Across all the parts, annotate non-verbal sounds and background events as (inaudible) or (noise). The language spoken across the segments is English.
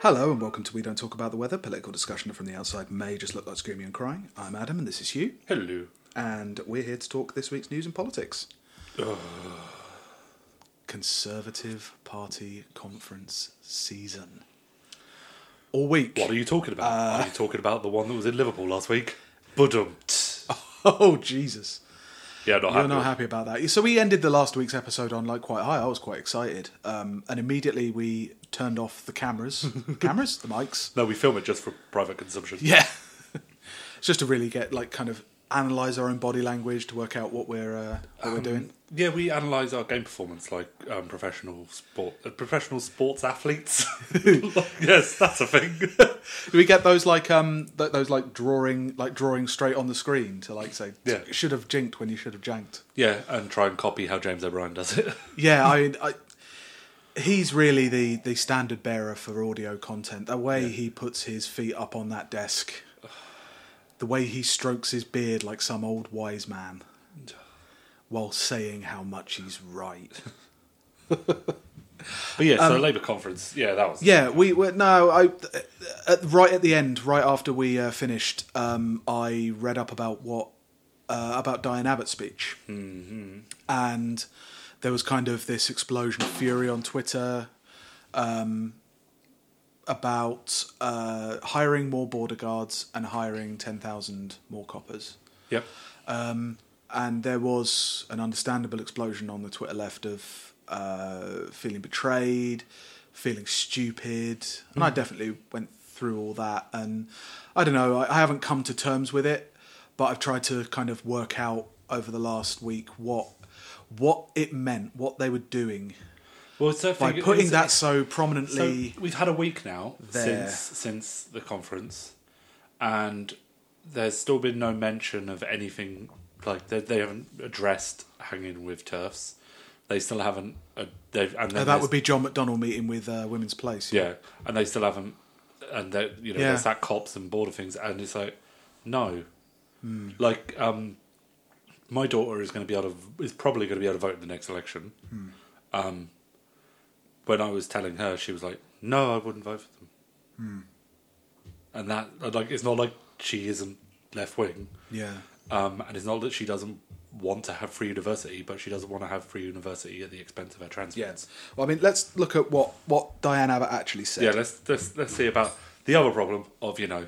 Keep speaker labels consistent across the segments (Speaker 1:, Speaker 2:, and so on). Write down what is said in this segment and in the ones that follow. Speaker 1: Hello and welcome to We Don't Talk About the Weather. Political discussion from the outside may just look like screaming and crying. I'm Adam and this is Hugh,
Speaker 2: Hello.
Speaker 1: and we're here to talk this week's news and politics. Conservative Party Conference season. All week.
Speaker 2: What are you talking about? are you talking about the one that was in Liverpool last week? Budum.
Speaker 1: (laughs) Oh, Jesus.
Speaker 2: Yeah,
Speaker 1: You're
Speaker 2: not happy.
Speaker 1: not happy about that. So we ended the last week's episode on like quite high. I was quite excited, um, and immediately we turned off the cameras, cameras, the mics,
Speaker 2: No, we film it just for private consumption.
Speaker 1: Yeah. (laughs) it's just to really get like kind of analyze our own body language to work out what we're uh, what we're doing.
Speaker 2: Yeah, we analyse our game performance like um, professional sport, uh, professional sports (laughs) athletes. yes, that's a thing. (laughs)
Speaker 1: Do we get those like um th- those like drawing like drawing straight on the screen to like say
Speaker 2: Yeah.
Speaker 1: should have jinked when you should have janked.
Speaker 2: yeah, and try and copy how James O'Brien does (laughs) it.
Speaker 1: Yeah, I, I he's really the the standard bearer for audio content. The way he puts his feet up on that desk, the way he strokes his beard like some old wise man, while saying how much he's right.
Speaker 2: But yeah, so Labour conference. Um, Yeah, that was.
Speaker 1: Yeah, we were no. I at, right at the end, right after we uh, finished, um, I read up about what uh, about Diane Abbott's speech, mm-hmm. and there was kind of this explosion of fury on Twitter um, about uh, hiring more border guards and hiring ten thousand more coppers
Speaker 2: Yep.
Speaker 1: and there was an understandable explosion on the Twitter left of uh, feeling betrayed, feeling stupid, and I definitely went through all that. And I don't know, I, I haven't come to terms with it, but I've tried to kind of work out over the last week what what it meant, what they were doing
Speaker 2: Well, it's that
Speaker 1: by
Speaker 2: thing-
Speaker 1: putting
Speaker 2: it's-
Speaker 1: that so
Speaker 2: So
Speaker 1: prominently.
Speaker 2: we've had a week now
Speaker 1: There.
Speaker 2: since since the conference, and there's still been no mention of anything like they, they haven't addressed hanging with turfs. They still haven't. Uh, they've and
Speaker 1: Uh,
Speaker 2: then
Speaker 1: that
Speaker 2: there's-
Speaker 1: would be John McDonnell meeting with uh, Women's Place.
Speaker 2: yeah, and they still haven't. And they you know
Speaker 1: Yeah.
Speaker 2: there's that cops and border things, and it's like no,
Speaker 1: Hmm.
Speaker 2: like um, my daughter is going to be able to is probably going to be able to vote in the next election.
Speaker 1: Hmm.
Speaker 2: Um, when I was telling her, she was like, "No, I wouldn't vote for them,"
Speaker 1: Hmm.
Speaker 2: and that and, like it's not like she isn't left wing,
Speaker 1: yeah,
Speaker 2: um, and it's not that she doesn't want to have free university, but she doesn't want to have free university at the expense of her trans
Speaker 1: yeah.
Speaker 2: friends.
Speaker 1: Well, I mean, let's look at what what Diane Abbott actually said.
Speaker 2: Yeah, let's let's let's see about the other problem of you know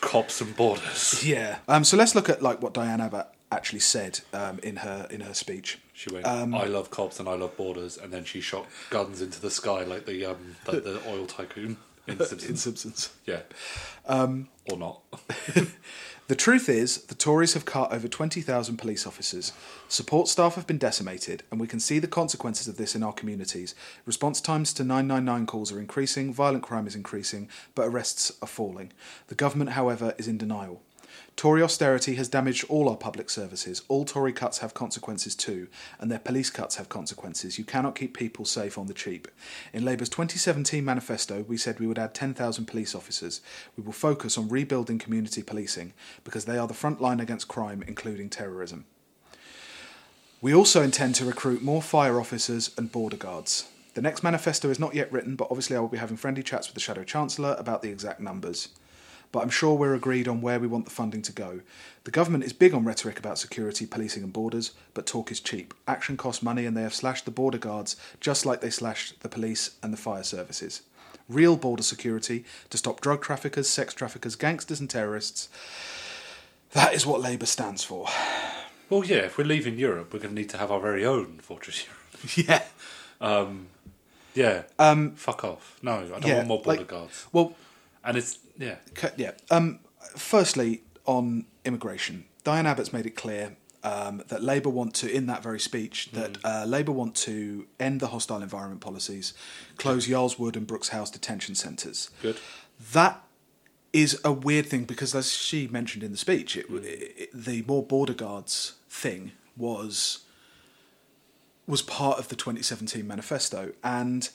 Speaker 2: cops and borders.
Speaker 1: Yeah. Um, so let's look at like what Diane Abbott actually said um, in her in her speech.
Speaker 2: She went,
Speaker 1: Um,
Speaker 2: "I love cops and I love borders," and then she shot guns into the sky like the um like the
Speaker 1: (laughs)
Speaker 2: oil tycoon in
Speaker 1: In
Speaker 2: Simpsons.
Speaker 1: Simpsons,
Speaker 2: Yeah,
Speaker 1: Um,
Speaker 2: or not?
Speaker 1: the truth is the Tories have cut over twenty thousand police officers. Support staff have been decimated, and we can see the consequences of this in our communities. Response times to nine nine nine calls are increasing, violent crime is increasing, but arrests are falling. The government, however, is in denial. Tory austerity has damaged all our public services. All Tory cuts have consequences too, and their police cuts have consequences. You cannot keep people safe on the cheap. In Labour's 2017 manifesto, we said we would add 10,000 police officers. We will focus on rebuilding community policing because they are the front line against crime, including terrorism. We also intend to recruit more fire officers and border guards. The next manifesto is not yet written, but obviously I will be having friendly chats with the Shadow Chancellor about the exact numbers. But I'm sure we're agreed on where we want the funding to go. The government is big on rhetoric about security, policing, and borders, but talk is cheap. Action costs money, and they have slashed the border guards just like they slashed the police and the fire services. Real border security to stop drug traffickers, sex traffickers, gangsters, and terrorists. That is what Labour stands for.
Speaker 2: Well, yeah. If we're leaving Europe, we're going to need to have our very own fortress Europe.
Speaker 1: (laughs) Yeah.
Speaker 2: Yeah. Um. Fuck off. No, I don't
Speaker 1: yeah,
Speaker 2: want more border
Speaker 1: like-
Speaker 2: guards.
Speaker 1: Well,
Speaker 2: And it's yeah.
Speaker 1: Co- yeah. Um, firstly, on immigration, Diane Abbott's made it clear um, that Labour want to, in that very speech, that uh, Labour want to end the hostile environment policies, close Yarl's Wood and Brooks House detention centres.
Speaker 2: Good.
Speaker 1: That is a weird thing because, as she mentioned in the speech, it, it, the more border guards thing was was part of the 2017 manifesto. And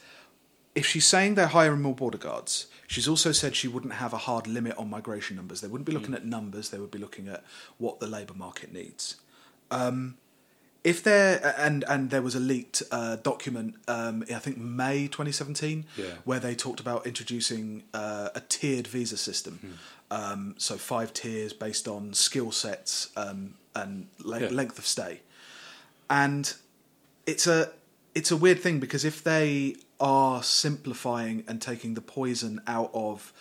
Speaker 1: if she's saying they're hiring more border guards, she's also said she wouldn't have a hard limit on migration numbers.
Speaker 2: Hmm.
Speaker 1: They wouldn't be looking at numbers, they would be looking at what the labour market needs. Um, if there and and there was a leaked uh, document, um, I think May 2017,
Speaker 2: Yeah.
Speaker 1: where they talked about introducing uh, a tiered visa
Speaker 2: Hmm.
Speaker 1: system, um, so five tiers based on skill sets um, and le-
Speaker 2: Yeah.
Speaker 1: length of stay, and it's a it's a weird thing because if they are simplifying and taking the poison out of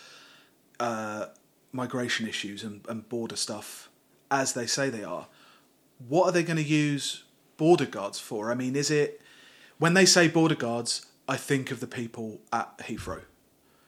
Speaker 1: uh, migration issues and, and border stuff as they say they are, what are they going to use border guards for? I mean, is it when they say border guards, I think of the people at Heathrow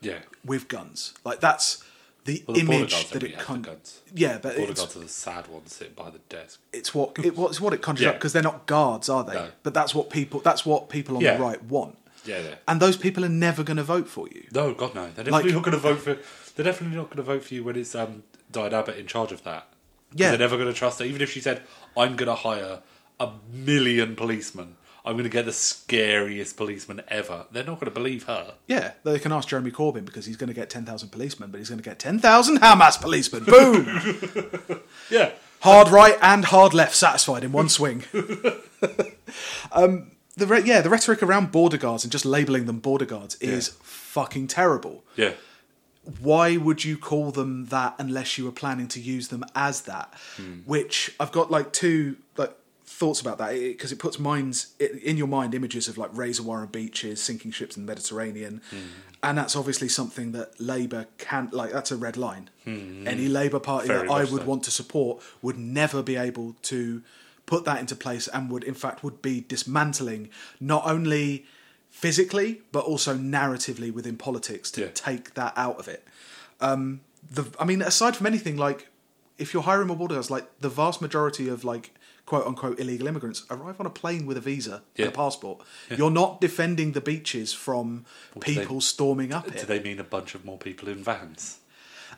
Speaker 2: Yeah.
Speaker 1: with guns. Like that's the
Speaker 2: Well, the border
Speaker 1: image
Speaker 2: guards
Speaker 1: that
Speaker 2: don't really
Speaker 1: it
Speaker 2: have the
Speaker 1: con-
Speaker 2: guns.
Speaker 1: yeah, but
Speaker 2: Border
Speaker 1: it's,
Speaker 2: guards are the sad ones sitting by the desk.
Speaker 1: it's what it, it's what it conjures
Speaker 2: Yeah.
Speaker 1: up because they're not guards, are they?
Speaker 2: No.
Speaker 1: But that's what people that's what people on
Speaker 2: Yeah.
Speaker 1: the right want,
Speaker 2: Yeah, yeah.
Speaker 1: and those people are never going to vote for you.
Speaker 2: No, God no. They're
Speaker 1: Like-
Speaker 2: definitely not going to vote for. They're definitely not going to vote for you when it's um, Diane Abbott in charge of that. 'Cause
Speaker 1: Yeah.
Speaker 2: they're never going to trust her. Even if she said, "I'm going to hire a million policemen. I'm going to get the scariest policeman ever," they're not going to believe her.
Speaker 1: Yeah, they can ask Jeremy Corbyn because he's going to get ten thousand policemen, but he's going to get ten thousand Hamas
Speaker 2: (laughs)
Speaker 1: policemen. Boom!
Speaker 2: Yeah,
Speaker 1: hard right and hard left satisfied in one
Speaker 2: (laughs)
Speaker 1: swing. um, the re- yeah, the rhetoric around border guards and just labeling them border guards is fucking terrible.
Speaker 2: yeah,
Speaker 1: Why would you call them that unless you were planning to use them as that?
Speaker 2: Hmm.
Speaker 1: Which I've got like two like thoughts about that because it, puts minds it, in your mind images of like razor wire and beaches, sinking ships in the Mediterranean,
Speaker 2: Hmm.
Speaker 1: and that's obviously something that Labour can't like. That's a red line. Any Labour Party
Speaker 2: Hmm. Very
Speaker 1: that I
Speaker 2: much
Speaker 1: would
Speaker 2: so.
Speaker 1: want to support would never be able to put that into place and would in fact would be dismantling not only physically but also narratively within politics to
Speaker 2: Yeah.
Speaker 1: take that out of it the I mean, aside from anything, like if you're hiring more border guards, like the vast majority of like quote unquote illegal immigrants arrive on a plane with a visa
Speaker 2: Yeah.
Speaker 1: and a passport. You're not defending the beaches from
Speaker 2: do they-
Speaker 1: people storming up
Speaker 2: Do
Speaker 1: it.
Speaker 2: they mean a bunch of more people in vans?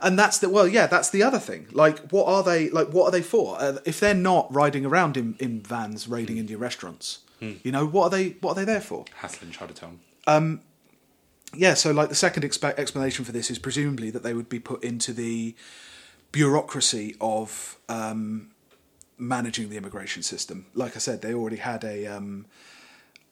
Speaker 1: And that's the well, yeah, that's the other thing. Like, what are they like? What are they for? Uh, if they're not riding around in, in vans, raiding
Speaker 2: Hmm.
Speaker 1: into restaurants, you know, what are they? What are they there for?
Speaker 2: Hassling Chinatown.
Speaker 1: yeah, so like the second expe- explanation for this is presumably that they would be put into the bureaucracy of um, managing the immigration system. Like I said, they already had a, um,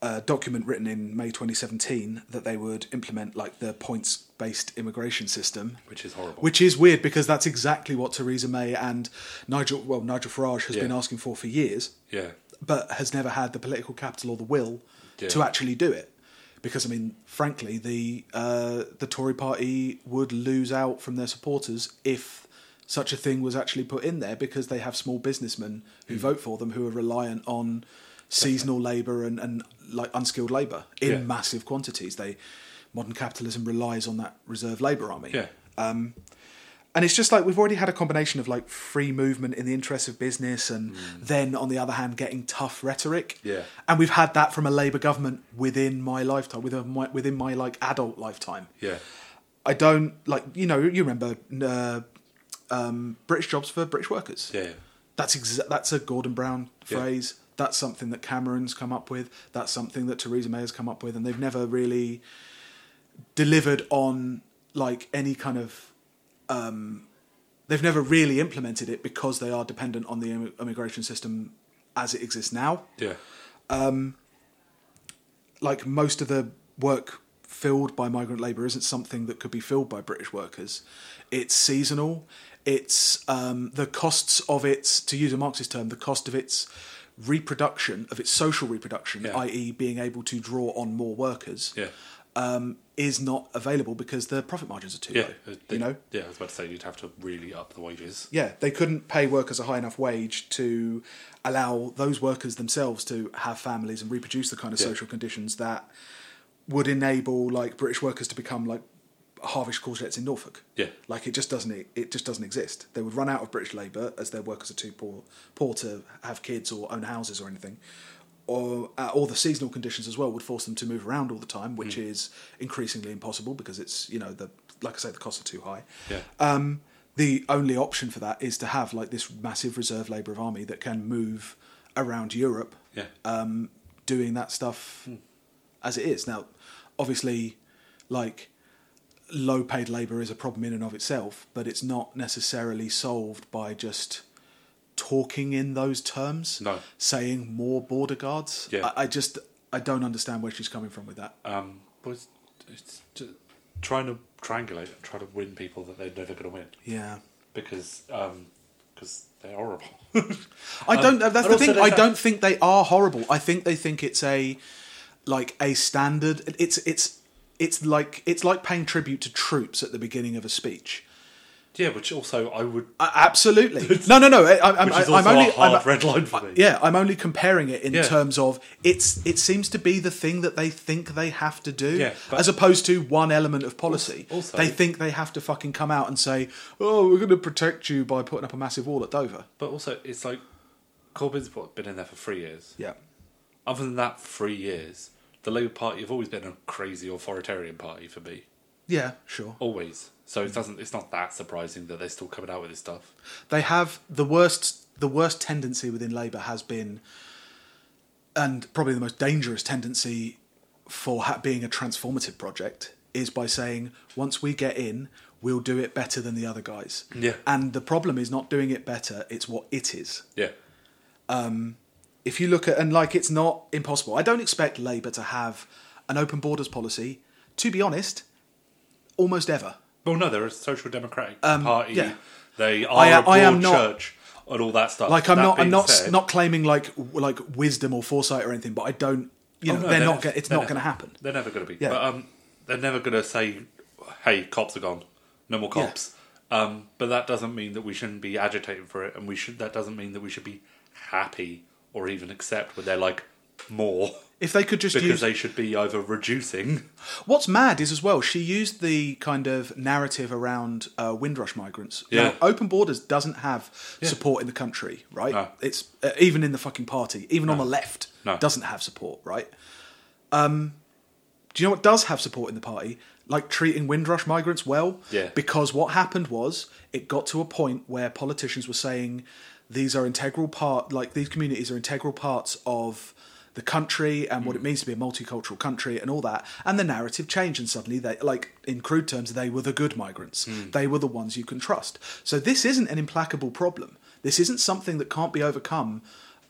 Speaker 1: a document written in May 2017 that they would implement like the points based immigration system.
Speaker 2: Which is horrible.
Speaker 1: Which is weird because that's exactly what Theresa May and Nigel, well, Nigel Farage has
Speaker 2: Yeah.
Speaker 1: been asking for for years
Speaker 2: Yeah,
Speaker 1: but has never had the political capital or the will
Speaker 2: Yeah.
Speaker 1: to actually do it. Because I mean, frankly, the uh, the Tory Party would lose out from their supporters if such a thing was actually put in there, because they have small businessmen who
Speaker 2: Hmm.
Speaker 1: vote for them who are reliant on seasonal labour and, and like unskilled labour in
Speaker 2: Yeah.
Speaker 1: massive quantities. They modern capitalism relies on that reserve labour army.
Speaker 2: yeah.
Speaker 1: And it's just like we've already had a combination of like free movement in the interests of business and then on the other hand getting tough rhetoric.
Speaker 2: Mm. Yeah.
Speaker 1: And we've had that from a Labour government within my lifetime, within my, within my like adult lifetime.
Speaker 2: Yeah.
Speaker 1: I don't like you know you remember uh, um, British jobs for British workers.
Speaker 2: Yeah.
Speaker 1: That's exa- that's a Gordon Brown
Speaker 2: Yeah.
Speaker 1: phrase. That's something that Cameron's come up with. That's something that Theresa May has come up with, and they've never really delivered on like any kind of. Um, they've never really implemented it because they are dependent on the im- immigration system as it exists now
Speaker 2: Yeah.
Speaker 1: like most of the work filled by migrant labour isn't something that could be filled by British workers. It's seasonal. It's um, the costs of its, to use a Marxist term, the cost of its reproduction, of its social reproduction,
Speaker 2: Yeah.
Speaker 1: i.e., being able to draw on more workers,
Speaker 2: Yeah.
Speaker 1: um, is not available because the profit margins are too
Speaker 2: Yeah.
Speaker 1: low.
Speaker 2: Uh, they-
Speaker 1: you know,
Speaker 2: Yeah, I was about to say you'd have to really up the wages.
Speaker 1: yeah, they couldn't pay workers a high enough wage to allow those workers themselves to have families and reproduce the kind of
Speaker 2: Yeah.
Speaker 1: social conditions that would enable like British workers to become like harvest courgettes in Norfolk.
Speaker 2: Yeah.
Speaker 1: Like it just doesn't e, it just doesn't exist. They would run out of British labour as their workers are too poor poor to have kids or own houses or anything. Or uh, all the seasonal conditions as well would force them to move around all the time, which
Speaker 2: Hmm.
Speaker 1: is increasingly impossible because it's you know the like I say the costs are too high
Speaker 2: Yeah.
Speaker 1: um, the only option for that is to have like this massive reserve labour of army that can move around Europe,
Speaker 2: Yeah.
Speaker 1: um, doing that stuff
Speaker 2: Hmm.
Speaker 1: as it is. Now, obviously, like low paid labour is a problem in and of itself, but it's not necessarily solved by just talking in those terms,
Speaker 2: No.
Speaker 1: saying more border guards.
Speaker 2: Yeah.
Speaker 1: I, I just I don't understand where she's coming from with that.
Speaker 2: Um, but it's, it's ju- trying to triangulate and try to win people that they know they're going to win
Speaker 1: Yeah.
Speaker 2: because um, cause they're horrible. (laughs)
Speaker 1: I don't.
Speaker 2: Um,
Speaker 1: that's
Speaker 2: and
Speaker 1: the
Speaker 2: also
Speaker 1: thing.
Speaker 2: they
Speaker 1: I
Speaker 2: fa-
Speaker 1: don't think they are horrible. I think they think it's a like a standard. It's it's it's like it's like paying tribute to troops at the beginning of a speech.
Speaker 2: yeah, which also I would.
Speaker 1: A-
Speaker 2: (laughs)
Speaker 1: absolutely. No, no, no. I, I'm,
Speaker 2: Which is
Speaker 1: I'm
Speaker 2: also
Speaker 1: only.
Speaker 2: a hard
Speaker 1: I'm-
Speaker 2: red line for me.
Speaker 1: yeah, I'm only comparing it in
Speaker 2: Yeah.
Speaker 1: terms of it's. It seems to be the thing that they think they have to do,
Speaker 2: Yeah, but-
Speaker 1: as opposed to one element of policy.
Speaker 2: Also-
Speaker 1: they think they have to fucking come out and say, "Oh, we're going to protect you by putting up a massive wall at Dover."
Speaker 2: But also, it's like Corbyn's what, been in there for three years.
Speaker 1: Yeah,
Speaker 2: Other than that, three years, the Labour Party have always been a crazy authoritarian party for me.
Speaker 1: yeah, sure.
Speaker 2: Always. So
Speaker 1: Mm.
Speaker 2: it doesn't. It's not that surprising that they're still coming out with this stuff.
Speaker 1: they have the worst the worst tendency within labour has been and probably the most dangerous tendency for ha- being a transformative project is by saying once we get in we'll do it better than the other guys
Speaker 2: Yeah.
Speaker 1: and the problem is not doing it better it's what it is
Speaker 2: Yeah.
Speaker 1: if you look at and like it's not impossible i don't expect labour to have an open borders policy to be honest almost ever
Speaker 2: Well, no, they're a social democratic party.
Speaker 1: Um, yeah.
Speaker 2: They are
Speaker 1: I-
Speaker 2: a
Speaker 1: I am
Speaker 2: broad
Speaker 1: not-
Speaker 2: church and all that stuff.
Speaker 1: like I'm
Speaker 2: That
Speaker 1: not I'm
Speaker 2: being
Speaker 1: not
Speaker 2: said-
Speaker 1: not claiming like w- like wisdom or foresight or anything, but I don't you
Speaker 2: Oh,
Speaker 1: know
Speaker 2: no,
Speaker 1: they're, not
Speaker 2: nev-
Speaker 1: going it's
Speaker 2: they're
Speaker 1: not
Speaker 2: nev-
Speaker 1: going to happen.
Speaker 2: They're never going to be.
Speaker 1: Yeah.
Speaker 2: But um, they're never going to say, "Hey, cops are gone. No more
Speaker 1: Yeah.
Speaker 2: cops." Um, but that doesn't mean that we shouldn't be agitating for it, and we should. That doesn't mean that we should be happy or even accept when they're like more
Speaker 1: If they could just
Speaker 2: because
Speaker 1: use
Speaker 2: they should be either reducing.
Speaker 1: what's mad is as well she used the kind of narrative around uh, Windrush migrants. You
Speaker 2: Yeah.
Speaker 1: know, open borders doesn't have support in the country, right?
Speaker 2: No.
Speaker 1: It's uh, even in the fucking party, even on the left,
Speaker 2: No.
Speaker 1: doesn't have support, right? Um, do you know what does have support in the party? Like treating Windrush migrants well,
Speaker 2: Yeah.
Speaker 1: Because what happened was it got to a point where politicians were saying these are integral part, like these communities are integral parts of the country and what it means to be a multicultural country and all that. And the narrative changed, and suddenly they, like in crude terms, they were the good migrants. They were the ones you can trust. So this isn't an implacable problem. This isn't something that can't be overcome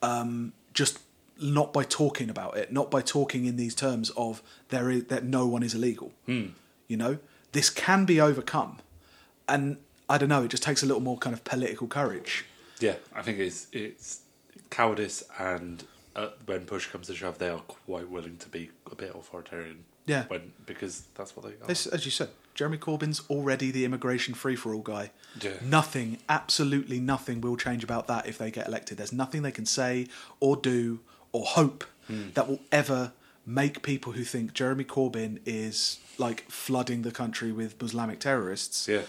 Speaker 1: um, just not by talking about it, not by talking in these terms of there is that no one is illegal. You know, this can be overcome, and I don't know. It just takes a little more kind of political courage.
Speaker 2: Yeah, I think it's it's cowardice, and uh, when push comes to shove, they are quite willing to be a bit authoritarian.
Speaker 1: Yeah.
Speaker 2: when because that's what they are.
Speaker 1: This, as you said, Jeremy Corbyn's already the immigration free for all guy.
Speaker 2: Yeah.
Speaker 1: Nothing, absolutely nothing, will change about that if they get elected. There's nothing they can say or do or hope that will ever make people who think Jeremy Corbyn is like flooding the country with Islamic terrorists
Speaker 2: yeah,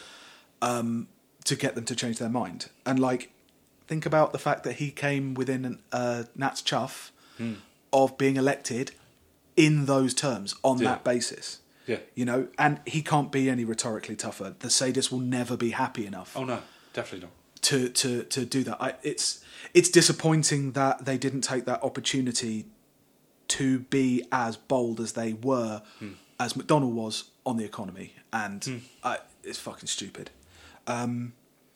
Speaker 1: to get them to change their mind. And like, think about the fact that he came within an, uh, Nat's chuff
Speaker 2: Hmm.
Speaker 1: of being elected in those terms on
Speaker 2: Yeah.
Speaker 1: that basis.
Speaker 2: Yeah.
Speaker 1: you know, and he can't be any rhetorically tougher. The sadists will never be happy enough
Speaker 2: oh no, definitely not.
Speaker 1: to to to do that. I, it's it's disappointing that they didn't take that opportunity to be as bold as they were,
Speaker 2: Hmm.
Speaker 1: as McDonald was on the economy, and I, it's fucking stupid.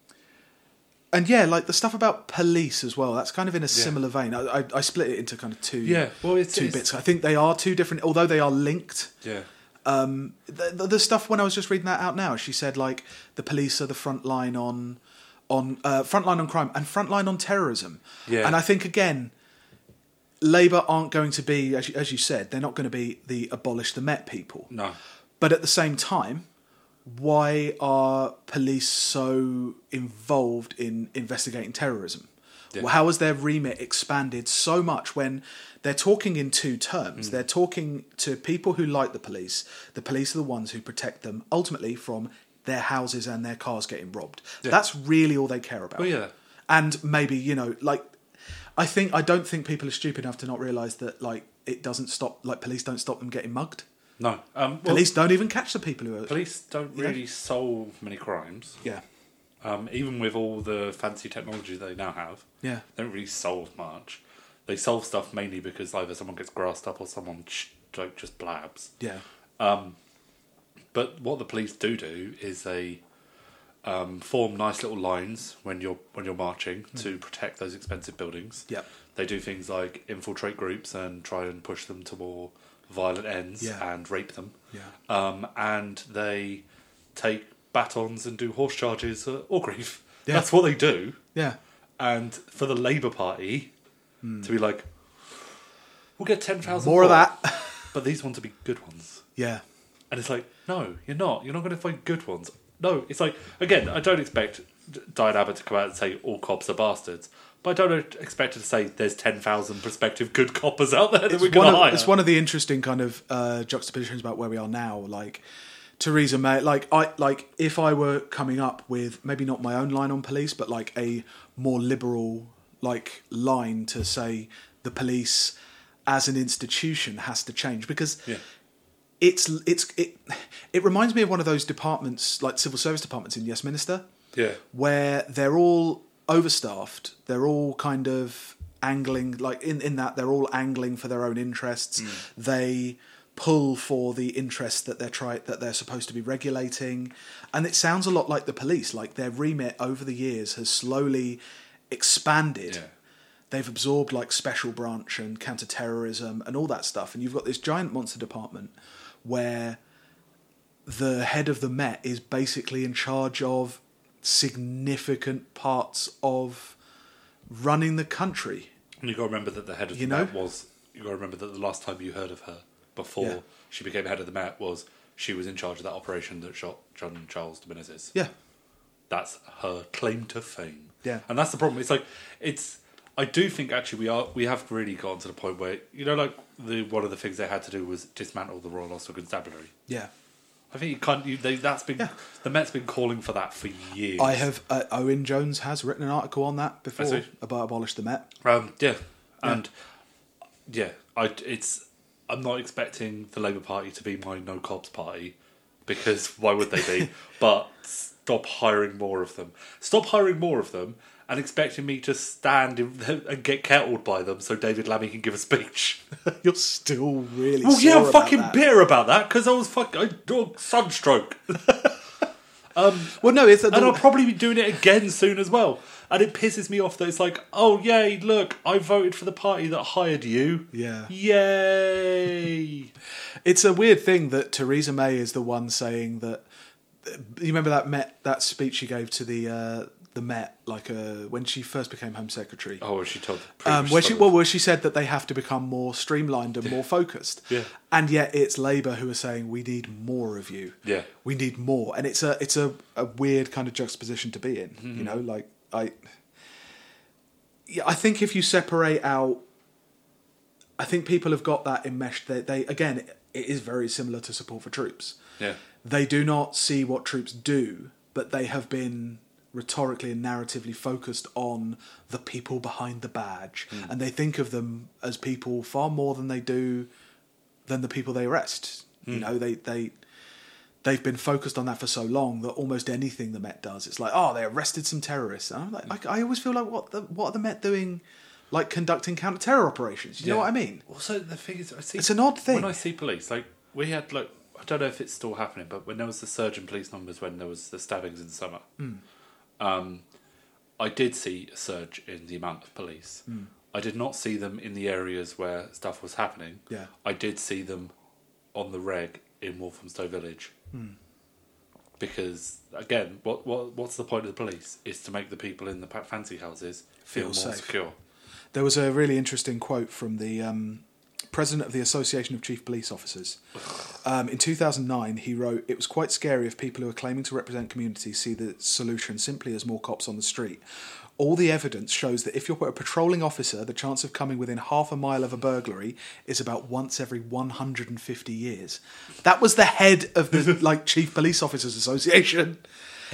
Speaker 1: Um, and yeah, like the stuff about police as well. That's kind of in a similar vein. I, I, I split it into kind of two
Speaker 2: Yeah, well, it's-
Speaker 1: two
Speaker 2: it's-
Speaker 1: bits. I think they are two different, although they are linked
Speaker 2: Yeah.
Speaker 1: Um, the, the, the stuff when I was just reading that out now, she said like the police are the front line on on uh, front line on crime and front line on terrorism.
Speaker 2: Yeah.
Speaker 1: And I think again, Labour aren't going to be as you, as you said, they're not going to be the abolish the Met people.
Speaker 2: No.
Speaker 1: But at the same time, why are police so involved in investigating terrorism? Well, how has their remit expanded so much when they're talking in two terms? They're talking to people who like the police. The police are the ones who protect them ultimately from their houses and their cars getting robbed. That's really all they care about.
Speaker 2: Well, yeah.
Speaker 1: And maybe, you know, like I think I don't think people are stupid enough to not realize that like it doesn't stop like police don't stop them getting mugged.
Speaker 2: No. Um, well,
Speaker 1: Police don't even catch the people who are.
Speaker 2: police don't really solve many crimes.
Speaker 1: Yeah,
Speaker 2: Um, even with all the fancy technology they now have,
Speaker 1: yeah,
Speaker 2: they don't really solve much. They solve stuff mainly because either someone gets grassed up or someone sh- like just blabs.
Speaker 1: yeah,
Speaker 2: But what the police do do is they um, form nice little lines when you're when you're marching to protect those expensive buildings.
Speaker 1: Hmm. Yep.
Speaker 2: They do things like infiltrate groups and try and push them to more violent ends
Speaker 1: Yeah.
Speaker 2: and rape them.
Speaker 1: Yeah.
Speaker 2: Um, and they take batons and do horse charges at Orgreave.
Speaker 1: Yeah.
Speaker 2: That's what they do.
Speaker 1: Yeah.
Speaker 2: And for the Labour Party to be like, we'll get 10,000
Speaker 1: Hmm. More of that.
Speaker 2: But these ones will be good ones.
Speaker 1: (laughs) Yeah.
Speaker 2: And it's like, no, you're not. You're not going to find good ones. No, it's like, again, I don't expect D- Diane Abbott to come out and say all cops are bastards. But I don't e-, expect her to say there's 10,000 prospective good coppers out there that we're
Speaker 1: It's
Speaker 2: going
Speaker 1: one,
Speaker 2: to hire.
Speaker 1: of, it's one of the interesting kind of uh, juxtapositions about where we are now. Like Theresa May, like I like if I were coming up with maybe not my own line on police, but like a more liberal like line to say the police as an institution has to change because
Speaker 2: Yeah.
Speaker 1: it's it's it it reminds me of one of those departments like civil service departments in Yes Minister
Speaker 2: Yeah.
Speaker 1: where they're all overstaffed. They're all kind of angling, like in, in that they're all angling for their own interests. They pull for the interest that they're try that they're supposed to be regulating, and it sounds a lot like the police. Like their remit over the years has slowly expanded.
Speaker 2: Yeah.
Speaker 1: They've absorbed like special branch and counterterrorism and all that stuff, and you've got this giant monster department where the head of the Met is basically in charge of significant parts of running the country.
Speaker 2: And you got to remember that the head of
Speaker 1: You
Speaker 2: the
Speaker 1: know?
Speaker 2: Met was. you got to remember that the last time you heard of her before
Speaker 1: Yeah.
Speaker 2: she became head of the Met was she was in charge of that operation that shot John Charles de Menezes.
Speaker 1: Yeah,
Speaker 2: that's her claim to fame.
Speaker 1: Yeah.
Speaker 2: and that's the problem. It's like it's. I do think actually we are we have really gotten to the point where you know like the one of the things they had to do was dismantle the Royal Ulster Constabulary.
Speaker 1: yeah.
Speaker 2: I think you can't. You, they, that's been
Speaker 1: Yeah.
Speaker 2: the Met's been calling for that for years.
Speaker 1: I have uh, Owen Jones has written an article on that before
Speaker 2: see.
Speaker 1: about abolish the Met.
Speaker 2: Um, yeah, and yeah, I it's. I'm not expecting the Labour Party to be my no cops party because why would
Speaker 1: (laughs)
Speaker 2: they be? but stop hiring more of them. Stop hiring more of them and expecting me to stand in, (laughs) and get kettled by them so David Lammy can give a speech.
Speaker 1: (laughs) You're still really
Speaker 2: Well,
Speaker 1: sore
Speaker 2: yeah, I'm
Speaker 1: about
Speaker 2: fucking
Speaker 1: that.
Speaker 2: bitter about that because I was fucking I, oh, sunstroke.
Speaker 1: Well, no, it's the,
Speaker 2: and I'll probably be doing it again soon as well. And it pisses me off that it's like, oh yay, look, I voted for the party that hired you.
Speaker 1: Yeah.
Speaker 2: Yay.
Speaker 1: it's a weird thing that Theresa May is the one saying that. You remember that Met that speech she gave to the uh, the Met like uh, when she first became Home Secretary.
Speaker 2: (laughs) oh, and she told. the
Speaker 1: um,
Speaker 2: previous
Speaker 1: where she,
Speaker 2: summer-
Speaker 1: well, where she said that they have to become more streamlined and more focused.
Speaker 2: Yeah.
Speaker 1: And yet it's Labour who are saying we need more of you.
Speaker 2: Yeah.
Speaker 1: We need more, and it's a it's a, a weird kind of juxtaposition to be in.
Speaker 2: Mm-hmm.
Speaker 1: You know, like I. Yeah, I think if you separate out, I think people have got that enmeshed. They, they again, it is very similar to support for troops
Speaker 2: yeah,
Speaker 1: they do not see what troops do, but they have been rhetorically and narratively focused on the people behind the badge, and they think of them as people far more than they do than the people they arrest. You know, they they they've been focused on that for so long that almost anything the Met does, it's like, oh, they arrested some terrorists. And I'm like, I, I always feel like what the what are the Met doing, like conducting counter terror operations? You know
Speaker 2: yeah.
Speaker 1: what I mean?
Speaker 2: Also, the thing is, I see
Speaker 1: It's an odd thing.
Speaker 2: when I see police. Like we had, like I don't know if it's still happening, but when there was the surge in police numbers when there was the stabbings in summer,
Speaker 1: Hmm.
Speaker 2: um, I did see a surge in the amount of police.
Speaker 1: Hmm.
Speaker 2: I did not see them in the areas where stuff was happening.
Speaker 1: Yeah.
Speaker 2: I did see them on the reg in Walthamstow Village.
Speaker 1: Hmm.
Speaker 2: Because again, what what what's the point of the police? Is to make the people in the pa- fancy houses feel,
Speaker 1: Feel
Speaker 2: more
Speaker 1: safe.
Speaker 2: secure.
Speaker 1: There was a really interesting quote from the um, president of the Association of Chief Police Officers. Um, in 2009, he wrote, It was quite scary if people who are claiming to represent communities see the solution simply as more cops on the street. All the evidence shows that if you're a patrolling officer, the chance of coming within half a mile of a burglary is about once every 150 years. That was the head of the like Chief Police Officers Association.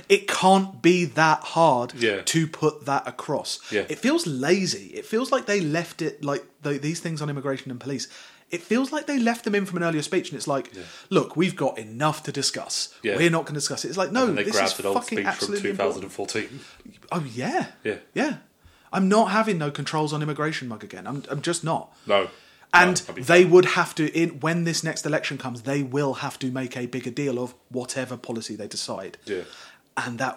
Speaker 1: It can't be that hard
Speaker 2: Yeah.
Speaker 1: to put that across.
Speaker 2: Yeah.
Speaker 1: It feels lazy. It feels like they left it like th these things on immigration and police. It feels like they left them in from an earlier speech, and it's like, look, we've got enough to discuss.
Speaker 2: Yeah.
Speaker 1: We're not going to discuss it. It's like, no,
Speaker 2: And they
Speaker 1: Hmm, this
Speaker 2: grabbed
Speaker 1: is
Speaker 2: an old
Speaker 1: fucking
Speaker 2: speech from
Speaker 1: absolutely important.
Speaker 2: 2014.
Speaker 1: Oh yeah,
Speaker 2: Yeah.
Speaker 1: yeah. I'm not having no controls on immigration mug again. I'm, I'm just not.
Speaker 2: No.
Speaker 1: And
Speaker 2: No, that'd be
Speaker 1: they would have to, in, when this next election comes, they will have to make a bigger deal of whatever policy they decide.
Speaker 2: Yeah.
Speaker 1: and that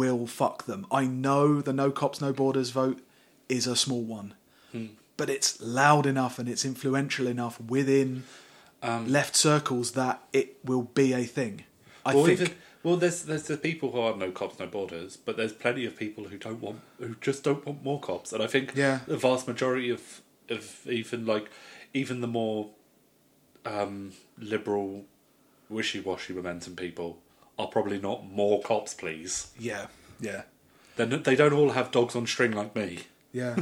Speaker 1: will fuck them. I know the No Cops No Borders vote is a small one,
Speaker 2: Hmm.
Speaker 1: but it's loud enough and it's influential enough within
Speaker 2: Um,
Speaker 1: left circles that it will be a thing. I
Speaker 2: well,
Speaker 1: think.
Speaker 2: even- well, there's there's the people who are no cops, no borders, but there's plenty of people who don't want, who just don't want more cops, and I think
Speaker 1: Yeah.
Speaker 2: the vast majority of of even like even the more um, liberal, wishy washy momentum people are probably not more cops, please.
Speaker 1: Yeah, yeah,
Speaker 2: They're not, they don't all have dogs on string like me.
Speaker 1: yeah.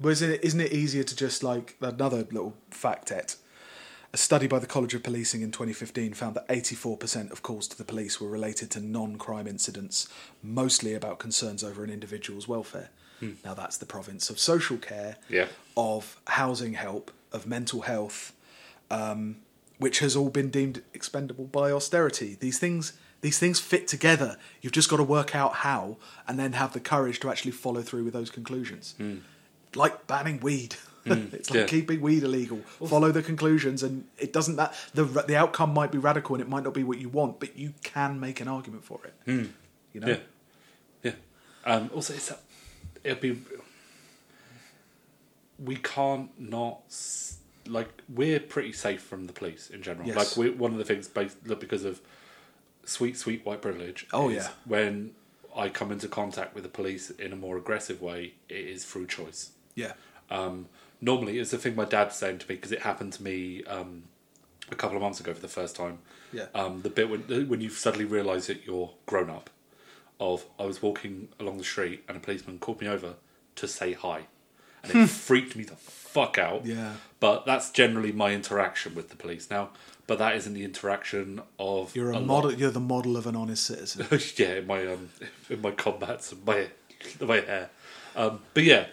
Speaker 1: but isn't it, isn't it easier to just like another little factet? A study by the College of Policing in 2015 found that 84% of calls to the police were related to non crime incidents, mostly about concerns over an individual's welfare. Now, that's the province of social care,
Speaker 2: Yeah.
Speaker 1: of housing help, of mental health, um, which has all been deemed expendable by austerity. These things, these things fit together. You've just got to work out how, and then have the courage to actually follow through with those conclusions. Like banning weed, (laughs) it's like
Speaker 2: Hmm. yeah.
Speaker 1: keeping weed illegal. Follow the conclusions, and it doesn't that the the outcome might be radical, and it might not be what you want, but you can make an argument for it. You know,
Speaker 2: Hmm. Yeah, yeah. Um, also, it's that it'd be we can't not s- like we're pretty safe from the police in general.
Speaker 1: Yes.
Speaker 2: Like we're one of the things based look, because of sweet sweet white privilege.
Speaker 1: Oh,
Speaker 2: is
Speaker 1: yeah.
Speaker 2: when I come into contact with the police in a more aggressive way, it is through choice.
Speaker 1: yeah,
Speaker 2: Um, normally, it's the thing my dad's saying to me because it happened to me um, a couple of months ago for the first time.
Speaker 1: Yeah.
Speaker 2: Um, the bit when when you suddenly realise that you're grown up. Of I was walking along the street and a policeman called me over to say hi, and
Speaker 1: (laughs)
Speaker 2: it freaked me the fuck out.
Speaker 1: Yeah.
Speaker 2: But that's generally my interaction with the police now. But that isn't the interaction of
Speaker 1: You're a,
Speaker 2: lot-
Speaker 1: model. You're the model of an honest citizen.
Speaker 2: yeah, in my um, (laughs) in my combats and my (laughs) my hair. Um, but yeah,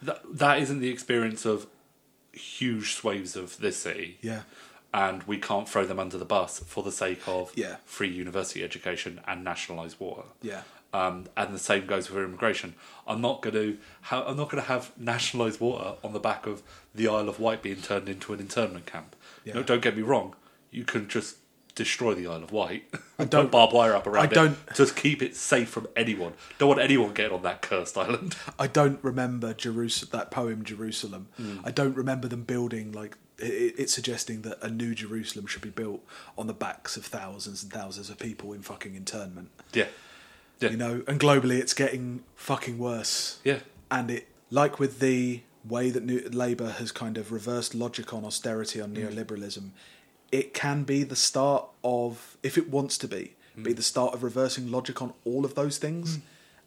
Speaker 2: that that isn't the experience of huge swathes of this city.
Speaker 1: Yeah.
Speaker 2: and we can't throw them under the bus for the sake of
Speaker 1: Yeah.
Speaker 2: free university education and nationalised water.
Speaker 1: Yeah.
Speaker 2: Um, and the same goes for immigration. I'm not going to. Ha- I'm not going to have nationalised water on the back of the Isle of Wight being turned into an internment camp.
Speaker 1: Yeah.
Speaker 2: No, don't get me wrong. You can just destroy the Isle of Wight. I
Speaker 1: don't-
Speaker 2: (laughs) put barbed wire up around
Speaker 1: I
Speaker 2: it.
Speaker 1: don't-
Speaker 2: Just keep it safe from anyone. Don't want anyone getting on that cursed island. (laughs)
Speaker 1: I don't remember Jerus- that poem Jerusalem.
Speaker 2: Hmm.
Speaker 1: I don't remember them building like it, it's suggesting that a new Jerusalem should be built on the backs of thousands and thousands of people in fucking internment.
Speaker 2: Yeah,
Speaker 1: You know, and globally, it's getting fucking worse.
Speaker 2: yeah,
Speaker 1: And it, like with the way that new, Labour has kind of reversed logic on austerity,
Speaker 2: Hmm.
Speaker 1: on neoliberalism, it can be the start of, if it wants to be,
Speaker 2: Hmm.
Speaker 1: be the start of reversing logic on all of those things.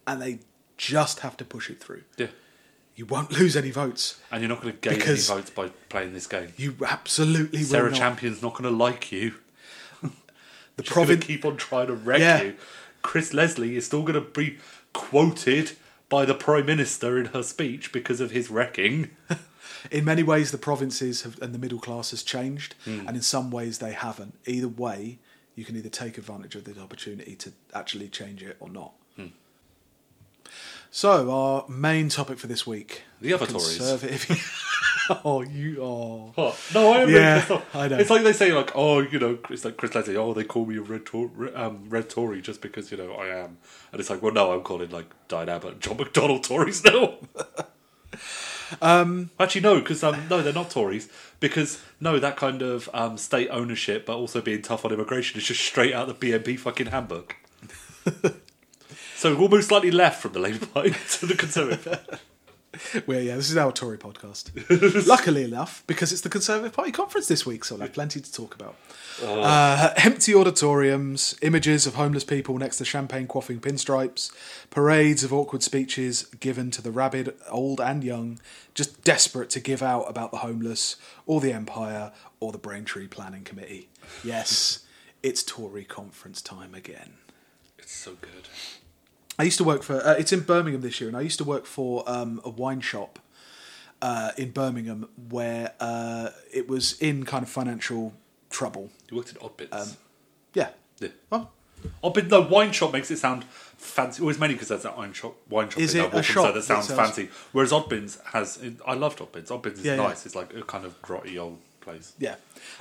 Speaker 1: And they just have to push it through.
Speaker 2: yeah.
Speaker 1: You won't lose any votes.
Speaker 2: And you're not going to gain
Speaker 1: Because-
Speaker 2: any votes by playing this game.
Speaker 1: You absolutely
Speaker 2: Sarah
Speaker 1: will not.
Speaker 2: Champion's not going to like you.
Speaker 1: the
Speaker 2: She's going to
Speaker 1: province.
Speaker 2: keep on trying to wreck
Speaker 1: Yeah.
Speaker 2: you. Chris Leslie is still going to be quoted by the Prime Minister in her speech because of his wrecking.
Speaker 1: in many ways the provinces have, and the middle class has changed
Speaker 2: Hmm.
Speaker 1: and in some ways they haven't either way you can either take advantage of this opportunity to actually change it or not
Speaker 2: Hmm.
Speaker 1: so our main topic for this week
Speaker 2: The other Tories.
Speaker 1: conservative (laughs) oh you are
Speaker 2: Oh, no, I am
Speaker 1: Yeah,
Speaker 2: really pissed off.
Speaker 1: I know.
Speaker 2: It's like they say, like, oh, you know, it's like Chris Leslie. Oh, they call me a red, Tor- re- um, red Tory just because you know I am. And it's like, well, no, I'm calling like Diane Abbott and John McDonnell Tories now. (laughs) um, actually, no, because um, no, they're not Tories. Because no, that kind of um, state ownership, but also being tough on immigration, is just straight out of the BNP
Speaker 1: (laughs)
Speaker 2: fucking handbook. so almost slightly left from the Labour Party (laughs) to the Conservative.
Speaker 1: well yeah this is our tory podcast luckily enough because it's the conservative party conference this week so we'll have plenty to talk about Uh, empty auditoriums, images of homeless people next to champagne quaffing pinstripes, parades of awkward speeches given to the rabid old and young, just desperate to give out about the homeless or the empire or the Braintree Planning Committee. Yes, it's Tory conference time again.
Speaker 2: It's so good.
Speaker 1: I used to work for. Uh, it's in Birmingham this year, and I used to work for um, a wine shop uh, in Birmingham where uh, it was in kind of financial trouble.
Speaker 2: You worked at Oddbits.
Speaker 1: Um, Yeah.
Speaker 2: yeah.
Speaker 1: Oh,
Speaker 2: Oh, but no, wine shop makes it sound fancy. Always mainly because there's that wine shop, wine shop
Speaker 1: Is
Speaker 2: in
Speaker 1: it
Speaker 2: Melbourne,
Speaker 1: a shop
Speaker 2: so that
Speaker 1: that
Speaker 2: sounds
Speaker 1: sells-
Speaker 2: fancy. Whereas Oddbins has, I loved Oddbins. Oddbins is
Speaker 1: Yeah, yeah.
Speaker 2: nice. It's like a kind of grotty old place.
Speaker 1: Yeah.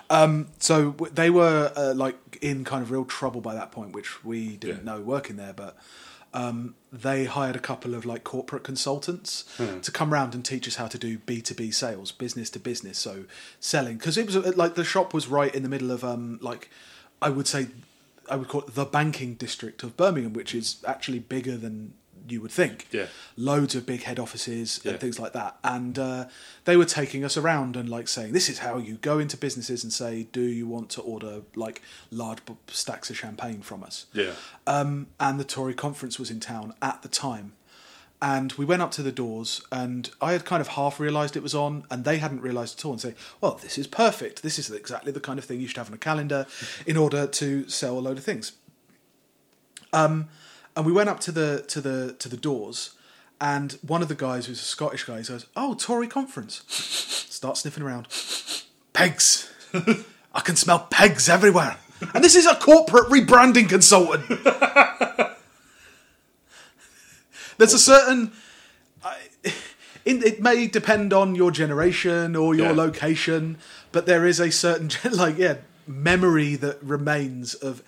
Speaker 1: Um, so w- they were uh, like in kind of real trouble by that point, which we didn't
Speaker 2: Yeah.
Speaker 1: know working there, but um, they hired a couple of like corporate consultants
Speaker 2: Hmm.
Speaker 1: to come around and teach us how to do B2B sales, business to business. So selling, because it was uh, like the shop was right in the middle of um, like, I would say, I would call it the banking district of Birmingham, which is actually bigger than you would think
Speaker 2: Yeah.
Speaker 1: loads of big head offices
Speaker 2: Yeah.
Speaker 1: and things like that. And uh, they were taking us around and like saying, "This is how you go into businesses and say, do you want to order like large b- stacks of champagne from us?"
Speaker 2: Yeah.
Speaker 1: Um, and the Tory conference was in town at the time. And we went up to the doors, and I had kind of half realised it was on, and they hadn't realised at all. And say, "Well, this is perfect. This is exactly the kind of thing you should have on a calendar, in order to sell a load of things." and we went up to the to the to the doors and one of the guys who's a scottish guy he goes oh tory conference (laughs) start sniffing around pegs (laughs) i can smell pegs everywhere and this is a corporate rebranding consultant (laughs) there's a certain I, in, it may depend on your generation or your
Speaker 2: Yeah.
Speaker 1: location but there is a certain (laughs) gen- like yeah memory that remains of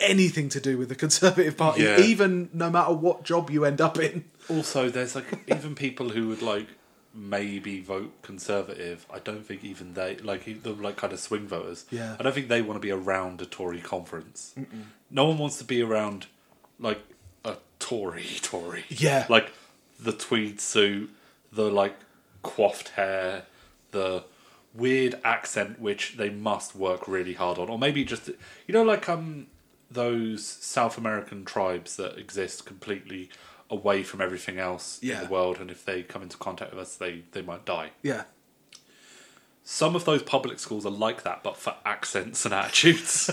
Speaker 1: anything to do with the conservative party
Speaker 2: Yeah.
Speaker 1: E-, even no matter what job you end up in (laughs)
Speaker 2: Also, there's like (laughs) even people who would like maybe vote conservative. I don't think even they like e- the like kind of swing voters.
Speaker 1: Yeah.
Speaker 2: I don't think they want to be around a Tory conference. No one wants to be around like a Tory (laughs) Tory.
Speaker 1: Yeah.
Speaker 2: like the tweed suit, the like coiffed hair, the weird accent which they must work really hard on, or maybe just you know like um those South American tribes that exist completely away from everything else
Speaker 1: Yeah.
Speaker 2: in the world, and if they come into contact with us, they they might die.
Speaker 1: yeah
Speaker 2: Some of those public schools are like that, but for accents and (laughs) attitudes.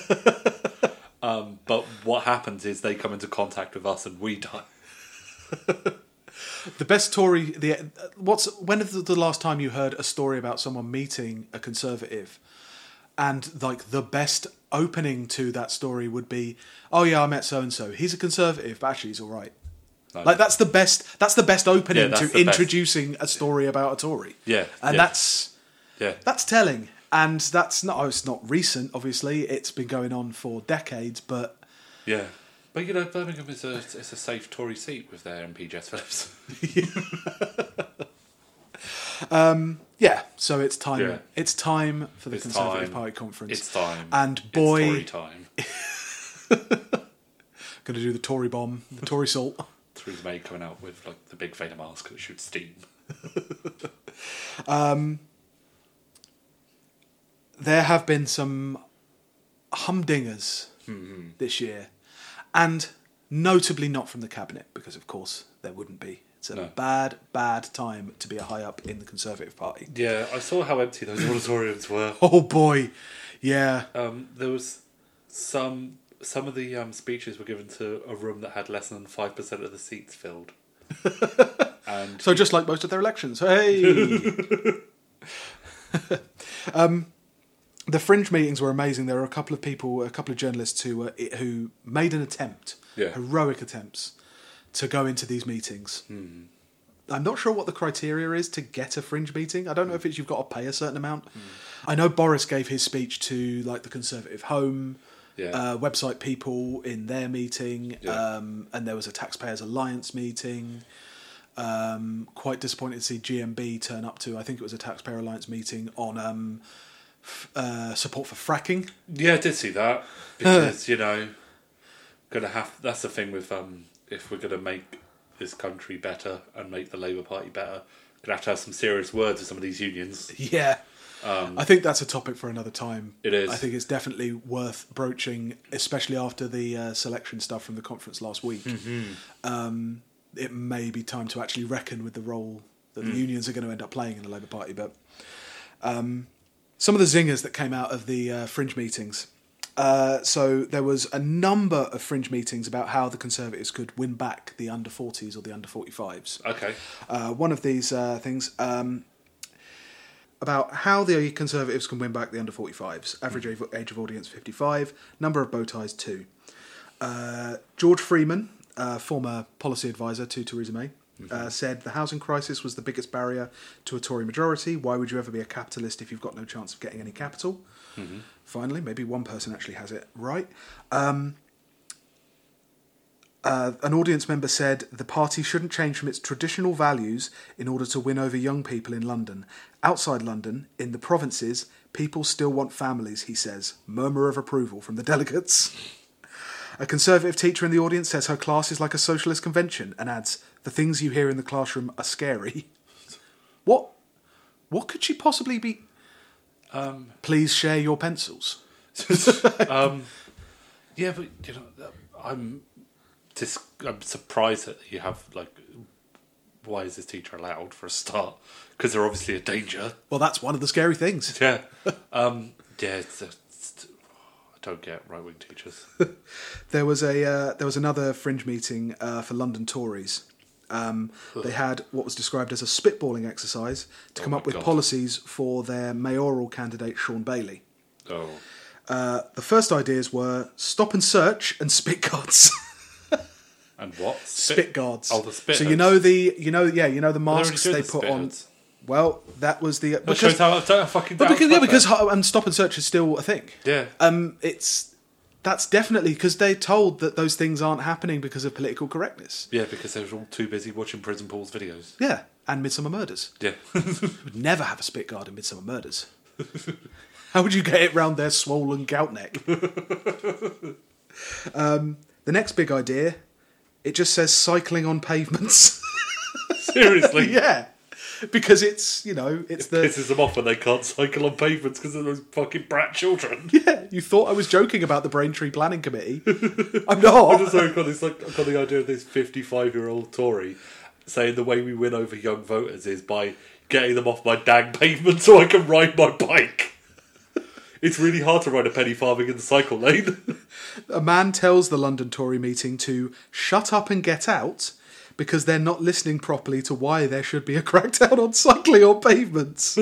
Speaker 1: (laughs)
Speaker 2: um, but what happens is they come into contact with us and we die.
Speaker 1: the best tory the uh, what's when is the, the last time you heard a story about someone meeting a conservative and like the best opening to that story would be oh yeah i met so and so he's a conservative but actually he's all right
Speaker 2: No.
Speaker 1: like that's the best that's the best
Speaker 2: Yeah,
Speaker 1: opening
Speaker 2: that's
Speaker 1: to
Speaker 2: the best.
Speaker 1: introducing a story about a tory
Speaker 2: Yeah,
Speaker 1: and
Speaker 2: yeah.
Speaker 1: that's
Speaker 2: Yeah.
Speaker 1: That's telling, and that's not. Oh, it's not recent. Obviously, it's been going on for decades. But
Speaker 2: Yeah. But you know, Birmingham is a it's a safe Tory seat with their MP Jess Phillips.
Speaker 1: yeah, so it's time.
Speaker 2: Yeah.
Speaker 1: It's time for the
Speaker 2: It's
Speaker 1: Conservative
Speaker 2: time.
Speaker 1: Party conference.
Speaker 2: It's time.
Speaker 1: And
Speaker 2: it's
Speaker 1: boy,
Speaker 2: Tory time.
Speaker 1: going to do the Tory bomb,
Speaker 2: (laughs)
Speaker 1: the Tory salt.
Speaker 2: Theresa May coming out with like the big Vader mask that shoots steam.
Speaker 1: There have been some humdingers
Speaker 2: Mm-hmm.
Speaker 1: this year, and notably not from the cabinet, because of course there wouldn't be. It's a
Speaker 2: No.
Speaker 1: bad, bad time to be a high up in the Conservative Party.
Speaker 2: Yeah, I saw how empty those auditoriums were.
Speaker 1: Oh boy, yeah,
Speaker 2: Um, there was some some of the um, speeches were given to a room that had less than five percent of the
Speaker 1: (laughs)
Speaker 2: seats filled. and
Speaker 1: So just like most of their elections, hey.
Speaker 2: (laughs)
Speaker 1: um, the fringe meetings were amazing. There were a couple of people, a couple of journalists who were, who made an attempt,
Speaker 2: Yeah.
Speaker 1: heroic attempts, to go into these meetings.
Speaker 2: Hmm.
Speaker 1: I'm not sure what the criteria is to get a fringe meeting. I don't
Speaker 2: Hmm.
Speaker 1: know if it's you've got to pay a certain amount. I know Boris gave his speech to like the Conservative Home
Speaker 2: Yeah.
Speaker 1: uh, website people in their meeting,
Speaker 2: Yeah.
Speaker 1: um, and there was a Taxpayers Alliance meeting. Um, quite disappointed to see GMB turn up to. I think it was a Taxpayer Alliance meeting on um, f- uh, support for fracking.
Speaker 2: yeah, I did see (sighs) that because you know, gonna have that's the thing with um, if we're gonna make this country better and make the Labour Party better, gonna have to have some serious words with some of these unions.
Speaker 1: (laughs) Yeah. I think that's a topic for another time.
Speaker 2: Um, It is.
Speaker 1: I think it's definitely worth broaching, especially after the uh, selection stuff from the conference last week.
Speaker 2: Mm-hmm.
Speaker 1: Um, it may be time to actually reckon with the role that
Speaker 2: Mm.
Speaker 1: the unions are going to end up playing in the Labour Party. But um, some of the zingers that came out of the uh, fringe meetings. Uh, so there was a number of fringe meetings about how the Conservatives could win back the under 40s or the under 45s
Speaker 2: Okay.
Speaker 1: uh, one of these uh, things um, about how the Conservatives can win back the under 45s. Average age, age of audience 55, number of bow ties 2. Uh, George Freeman, uh, former policy advisor to Theresa May, uh, said the housing crisis was the biggest barrier to a Tory majority. Why would you ever be a capitalist if you've got no chance of getting any capital? Finally, maybe one person actually has it right. Uh, an audience member said the party shouldn't change from its traditional values in order to win over young people in London. Outside London, in the provinces, people still want families, he says. Murmur of approval from the (laughs) delegates. A conservative teacher in the audience says her class is like a socialist convention and adds, The things you hear in the classroom are scary. (laughs) What? What could she possibly be?
Speaker 2: Um,
Speaker 1: Please share your pencils.
Speaker 2: um, yeah, but you know, I'm dis- I'm surprised that you have like, why is this teacher allowed for a start? Because they're obviously a danger.
Speaker 1: Well, that's one of the scary things.
Speaker 2: (laughs) Yeah. Um, yeah. It's, it's, I don't get right wing (laughs) teachers.
Speaker 1: There was a uh, there was another fringe meeting uh, for London Tories. Um, they had what was described as a spitballing exercise to come
Speaker 2: Oh my
Speaker 1: up with
Speaker 2: God.
Speaker 1: policies for their mayoral candidate Sean Bailey.
Speaker 2: Oh,
Speaker 1: Uh, the first ideas were stop and search and spit guards. (laughs)
Speaker 2: and what
Speaker 1: spit, guards.
Speaker 2: Oh, the spit.
Speaker 1: So you know the you know yeah you know the
Speaker 2: already
Speaker 1: masks
Speaker 2: doing
Speaker 1: they
Speaker 2: the
Speaker 1: put
Speaker 2: spit
Speaker 1: on.
Speaker 2: hoods.
Speaker 1: Well, that was the
Speaker 2: That shows
Speaker 1: because,
Speaker 2: how I don't fucking.
Speaker 1: but
Speaker 2: doubt
Speaker 1: because, yeah,
Speaker 2: that
Speaker 1: because
Speaker 2: then.
Speaker 1: ho- um, stop and search is still a thing.
Speaker 2: Yeah.
Speaker 1: Um, it's that's definitely because they're told that those things aren't happening because of political correctness.
Speaker 2: Yeah, because they were all too busy watching Prison Paul's videos.
Speaker 1: Yeah, and Midsummer Murders.
Speaker 2: Yeah.
Speaker 1: You would never have a spit guard in Midsummer Murders. (laughs) How would you get it round their swollen gout neck? (laughs) um, the next big idea, it just says cycling on pavements.
Speaker 2: (laughs)
Speaker 1: (laughs)
Speaker 2: Seriously.
Speaker 1: yeah, because it's you know it's the
Speaker 2: Pisses them off when they can't cycle on pavements because of those fucking
Speaker 1: (laughs)
Speaker 2: brat children.
Speaker 1: (laughs) yeah. You thought I was joking about the Braintree Planning Committee? I'm not.
Speaker 2: so I've got this, like, I've got the idea of this fifty-five-year-old Tory saying the way we win over young voters is by getting them off my dang pavement so I can ride my bike. (laughs) It's really hard to ride a penny farthing in the cycle lane.
Speaker 1: A man tells the London Tory meeting to shut up and get out because they're not listening properly to why there should be a (laughs) crackdown on cycling on pavements.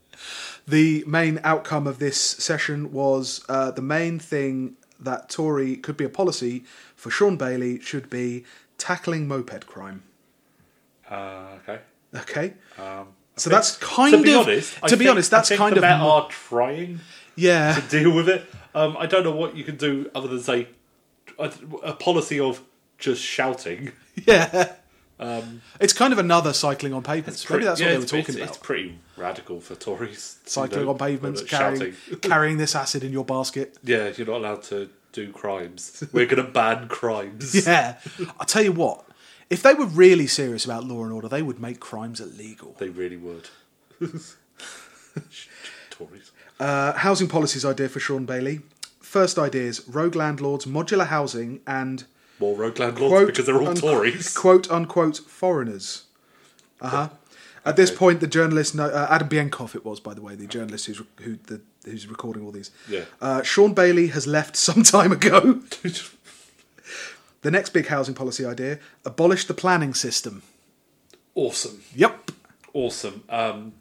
Speaker 1: (laughs) the main outcome of this session was uh, the main thing that Tory could be a policy for Sean Bailey should be tackling moped crime.
Speaker 2: Uh, okay.
Speaker 1: Okay?
Speaker 2: Um,
Speaker 1: So that's kind
Speaker 2: to be
Speaker 1: of
Speaker 2: honest, I
Speaker 1: to be
Speaker 2: think-
Speaker 1: honest,
Speaker 2: I
Speaker 1: that's
Speaker 2: think
Speaker 1: kind
Speaker 2: the
Speaker 1: of
Speaker 2: Met are trying
Speaker 1: yeah.
Speaker 2: deal with it. Um, I don't know what you can do other than say a, a policy of just shouting.
Speaker 1: (laughs) Yeah. it's kind of another cycling on pavements. Maybe that's what
Speaker 2: Yeah, Um, it's-
Speaker 1: they were talking
Speaker 2: it's-
Speaker 1: about.
Speaker 2: It's pretty radical for Tories. to
Speaker 1: Cycling
Speaker 2: know
Speaker 1: on pavements,
Speaker 2: that
Speaker 1: carrying,
Speaker 2: (laughs)
Speaker 1: carrying this acid in your basket.
Speaker 2: Yeah, you're not allowed to do crimes.
Speaker 1: (laughs)
Speaker 2: We're going to ban crimes.
Speaker 1: Yeah. I'll tell you what, if they were really serious about law and order, they would make crimes illegal.
Speaker 2: They really would. (laughs) Tories.
Speaker 1: Uh, housing policies idea for Sean Bailey. First ideas rogue landlords, modular housing, and
Speaker 2: More rogue landlords
Speaker 1: quote,
Speaker 2: because they're all
Speaker 1: unquote-
Speaker 2: Tories.
Speaker 1: Quote unquote foreigners. Uh huh. At this
Speaker 2: Okay.
Speaker 1: point, the journalist, no, uh, Adam Bienkov, it was by the way, the journalist who's who the, who's recording all these.
Speaker 2: Yeah.
Speaker 1: Uh, Sean Bailey has left some (laughs) time ago. The next big housing policy idea: abolish the planning system.
Speaker 2: (laughs) awesome.
Speaker 1: Yep.
Speaker 2: Awesome. Um,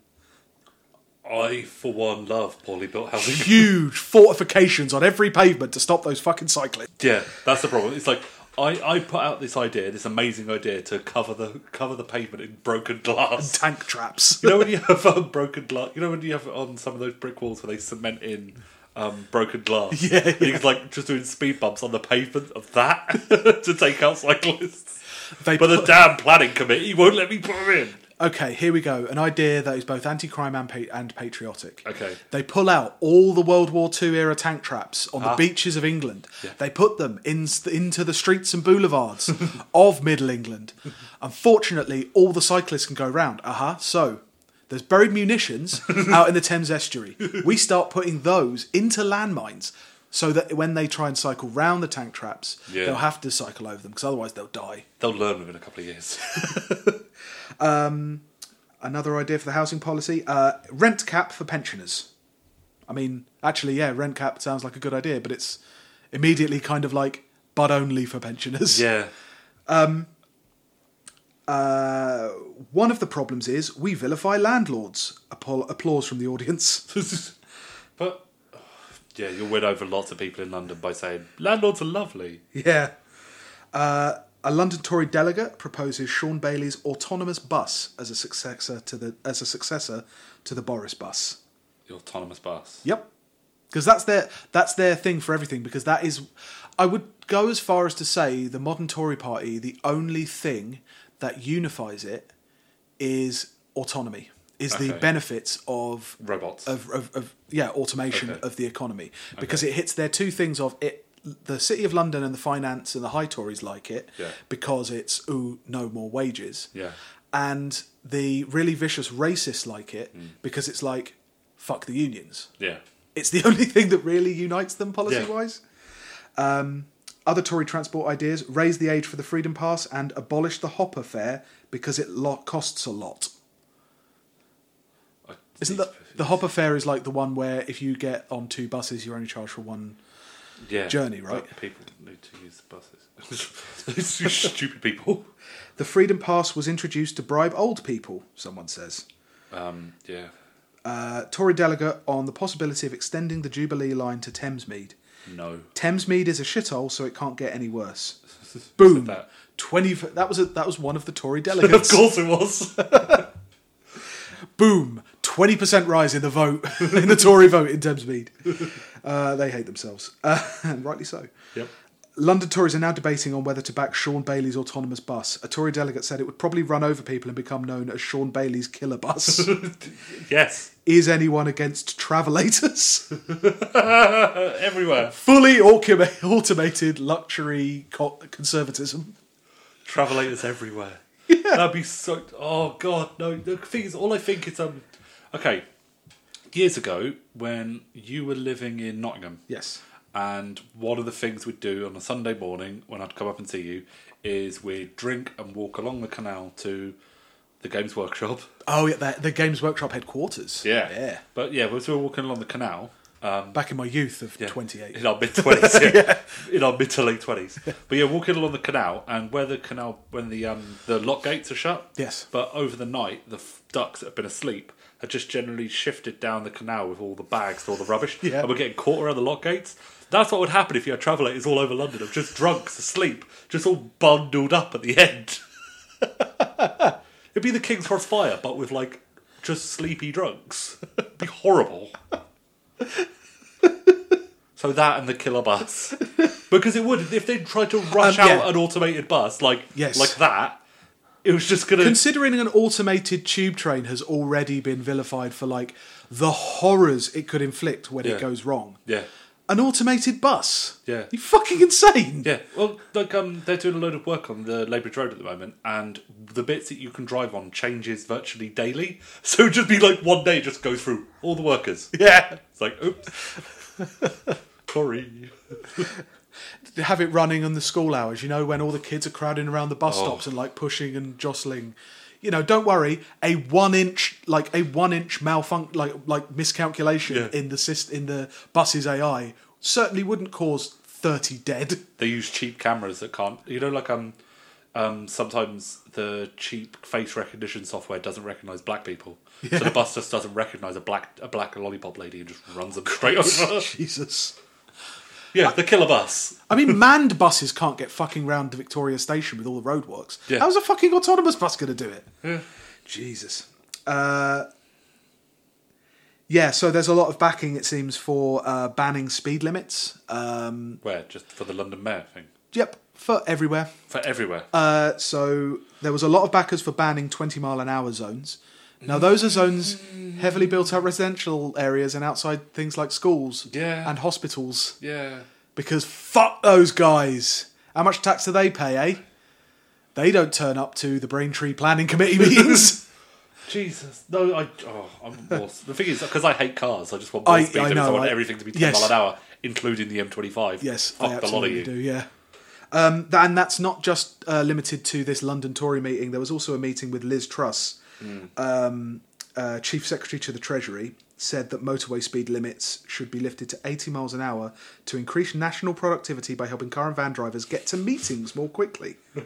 Speaker 2: I, for one, love poorly built housing.
Speaker 1: Huge fortifications on every pavement to stop those fucking cyclists.
Speaker 2: Yeah, that's the problem. It's like I, I put out this idea, this amazing idea to cover the cover the pavement in broken glass.
Speaker 1: Tank traps.
Speaker 2: You know when you have um, broken glass. You know when you have on some of those brick walls where they cement in um, broken glass.
Speaker 1: (laughs) Yeah,
Speaker 2: And he's like just doing speed bumps on the pavement of that (laughs) to take out cyclists.
Speaker 1: They
Speaker 2: But the
Speaker 1: put-
Speaker 2: damn planning committee won't let me put 'em in.
Speaker 1: Okay, here we go. An idea that is both anti-crime and, pa- and patriotic.
Speaker 2: Okay.
Speaker 1: They pull out all the World War II era tank traps on the
Speaker 2: Ah.
Speaker 1: beaches of England. They put them in, into the streets and
Speaker 2: (laughs)
Speaker 1: boulevards of Middle England. Unfortunately, all the cyclists can go round. Uh huh. So there's buried
Speaker 2: (laughs)
Speaker 1: munitions out in the Thames estuary. We start putting those into landmines so that when they try and cycle round the tank traps,
Speaker 2: Yeah.
Speaker 1: they'll have to cycle over them because otherwise they'll die.
Speaker 2: They'll learn within a couple of years. (laughs)
Speaker 1: another idea for the housing policy uh, rent cap for pensioners i mean actually yeah rent cap sounds like a good idea but it's immediately kind of like but only for pensioners
Speaker 2: yeah.
Speaker 1: uh, one of the problems is we vilify landlords Appa- applause from the audience (laughs)
Speaker 2: but yeah, you'll win over lots of people in London by saying landlords are lovely.
Speaker 1: yeah uh, A London Tory delegate proposes Sean Bailey's autonomous bus as a successor to the as a successor to the Boris bus.
Speaker 2: The autonomous bus.
Speaker 1: Yep. Because that's their that's their thing for everything. Because that is, I would go as far as to say the modern Tory Party, the only thing that unifies it is autonomy, is the
Speaker 2: Okay.
Speaker 1: benefits of
Speaker 2: Robots.
Speaker 1: of, of, of yeah automation
Speaker 2: Okay.
Speaker 1: of the economy because it hits their two things of it the city of london and the finance and the high tories like it
Speaker 2: Yeah.
Speaker 1: because it's ooh no more wages
Speaker 2: Yeah.
Speaker 1: and the really vicious racists like it
Speaker 2: Mm.
Speaker 1: because it's like fuck the unions
Speaker 2: yeah.
Speaker 1: it's the (laughs) only thing that really unites them policy wise um, other tory transport ideas raise the age for the freedom pass and abolish the hopper fare because it lo- costs a lot
Speaker 2: I-
Speaker 1: Isn't the the hopper fare is like the one where if you get on two buses, you're only charged for one?
Speaker 2: yeah.
Speaker 1: journey, right?
Speaker 2: But people need to use the buses. (laughs) Stupid people.
Speaker 1: The Freedom Pass was introduced to bribe old people. Someone says.
Speaker 2: Um, yeah.
Speaker 1: Uh, Tory delegate on the possibility of extending the Jubilee line to Thamesmead.
Speaker 2: No.
Speaker 1: Thamesmead is a shithole, so it can't get any worse.
Speaker 2: (laughs) Said
Speaker 1: Boom.
Speaker 2: that.
Speaker 1: Twenty. That was a, that was one of the Tory
Speaker 2: (laughs) Of
Speaker 1: delegates.
Speaker 2: course it was.
Speaker 1: Boom. Twenty percent rise in the vote (laughs) in the Tory vote in (laughs) Thamesmead. Uh, they hate themselves, uh, (laughs) and rightly so.
Speaker 2: (laughs) yep.
Speaker 1: London Tories are now debating on whether to back Sean Bailey's autonomous bus. A Tory delegate said it would probably run over people and become known as Sean Bailey's killer (laughs) bus.
Speaker 2: Yes.
Speaker 1: Is anyone against travelators? (laughs)
Speaker 2: Uh, Everywhere.
Speaker 1: Fully aucum- automated luxury co- conservatism.
Speaker 2: Travelators everywhere. That'd be so. Oh god, no. The thing is, all I think is um. Okay, years ago when you were living in Nottingham,
Speaker 1: Yes.
Speaker 2: and one of the things we'd do on a Sunday morning when I'd come up and see you is we'd drink and walk along the canal to the Games Workshop.
Speaker 1: Oh, yeah, the, the Games Workshop headquarters.
Speaker 2: yeah. But yeah, as we were walking along the canal,
Speaker 1: Yeah. Back in my youth of
Speaker 2: Yeah.
Speaker 1: 28.
Speaker 2: in our mid twenties, (laughs) yeah. in our mid to late twenties. But yeah, walking along the canal, and where the canal when the um the lock gates are shut,
Speaker 1: Yes.
Speaker 2: But over the night, the f- ducks that have been asleep had just generally shifted down the canal with all the bags and all the rubbish,
Speaker 1: Yeah.
Speaker 2: and we're getting caught around the lock gates. That's what would happen if you had travelators all over London of just drunks asleep, just all bundled up at the end. It'd be the King's Cross Fire, but with like just sleepy drunks. It'd (laughs)
Speaker 1: (laughs)
Speaker 2: be horrible. so that and the killer bus, because it would if they tried to rush
Speaker 1: Um, yeah.
Speaker 2: out an automated bus like
Speaker 1: Yes.
Speaker 2: like that, it was just gonna.
Speaker 1: Considering an automated tube train has already been vilified for like the horrors it could inflict when
Speaker 2: Yeah.
Speaker 1: it goes wrong,
Speaker 2: yeah,
Speaker 1: an automated bus.
Speaker 2: Yeah.
Speaker 1: You fucking insane.
Speaker 2: yeah. Well, like um, they're doing a load of work on the Leybridge Road at the moment, and the bits that you can drive on changes virtually daily. (laughs) So it'd just be like one day just go through all the workers.
Speaker 1: Yeah.
Speaker 2: It's like oops,
Speaker 1: (laughs)
Speaker 2: sorry.
Speaker 1: Have it running on the school hours, you know, when all the kids are crowding around the bus
Speaker 2: Oh.
Speaker 1: stops and like pushing and jostling. You know, don't worry. A one inch, like a one inch malfunction, like like miscalculation
Speaker 2: Yeah.
Speaker 1: in the syst- in the bus's AI certainly wouldn't cause thirty dead. (laughs)
Speaker 2: they use cheap cameras that can't you know like um um sometimes the cheap face recognition software doesn't recognize black people so the bus just doesn't recognize a black a black lollipop lady and just runs them straight
Speaker 1: (laughs)
Speaker 2: over
Speaker 1: Jesus.
Speaker 2: yeah the killer bus
Speaker 1: I mean, manned buses can't get fucking round the Victoria Station with all the roadworks.
Speaker 2: Yeah.
Speaker 1: How's a fucking autonomous bus going to do it? Jesus. Uh, yeah, so there's a lot of backing, it seems, for uh, banning speed limits. Um,
Speaker 2: where just for the london mayor thing
Speaker 1: yep, for everywhere.
Speaker 2: for everywhere
Speaker 1: Uh, so there was a lot of backers for banning 20 mile an hour zones. Now, those are zones heavily built out residential areas and outside things like schools
Speaker 2: Yeah.
Speaker 1: and hospitals
Speaker 2: yeah
Speaker 1: because fuck those guys. How much tax do they pay, eh? They don't turn up to the Braintree Planning
Speaker 2: (laughs)
Speaker 1: Committee meetings.
Speaker 2: jesus no i oh i'm lost the thing is because i hate cars i just want
Speaker 1: I-
Speaker 2: more speed
Speaker 1: I
Speaker 2: limits i
Speaker 1: know,
Speaker 2: want
Speaker 1: I-
Speaker 2: everything to be 10
Speaker 1: yes.
Speaker 2: mile an hour including the m25
Speaker 1: yes, I
Speaker 2: fuck the lot of
Speaker 1: absolutely
Speaker 2: you
Speaker 1: do. Yeah, um, th- and that's not just uh, limited to this London Tory meeting. There was also a meeting with Liz Truss,
Speaker 2: Hmm.
Speaker 1: um, uh, Chief Secretary to the Treasury, said that motorway speed limits should be lifted to 80 miles an hour to increase national productivity by helping car and van drivers get to meetings more quickly.
Speaker 2: (laughs)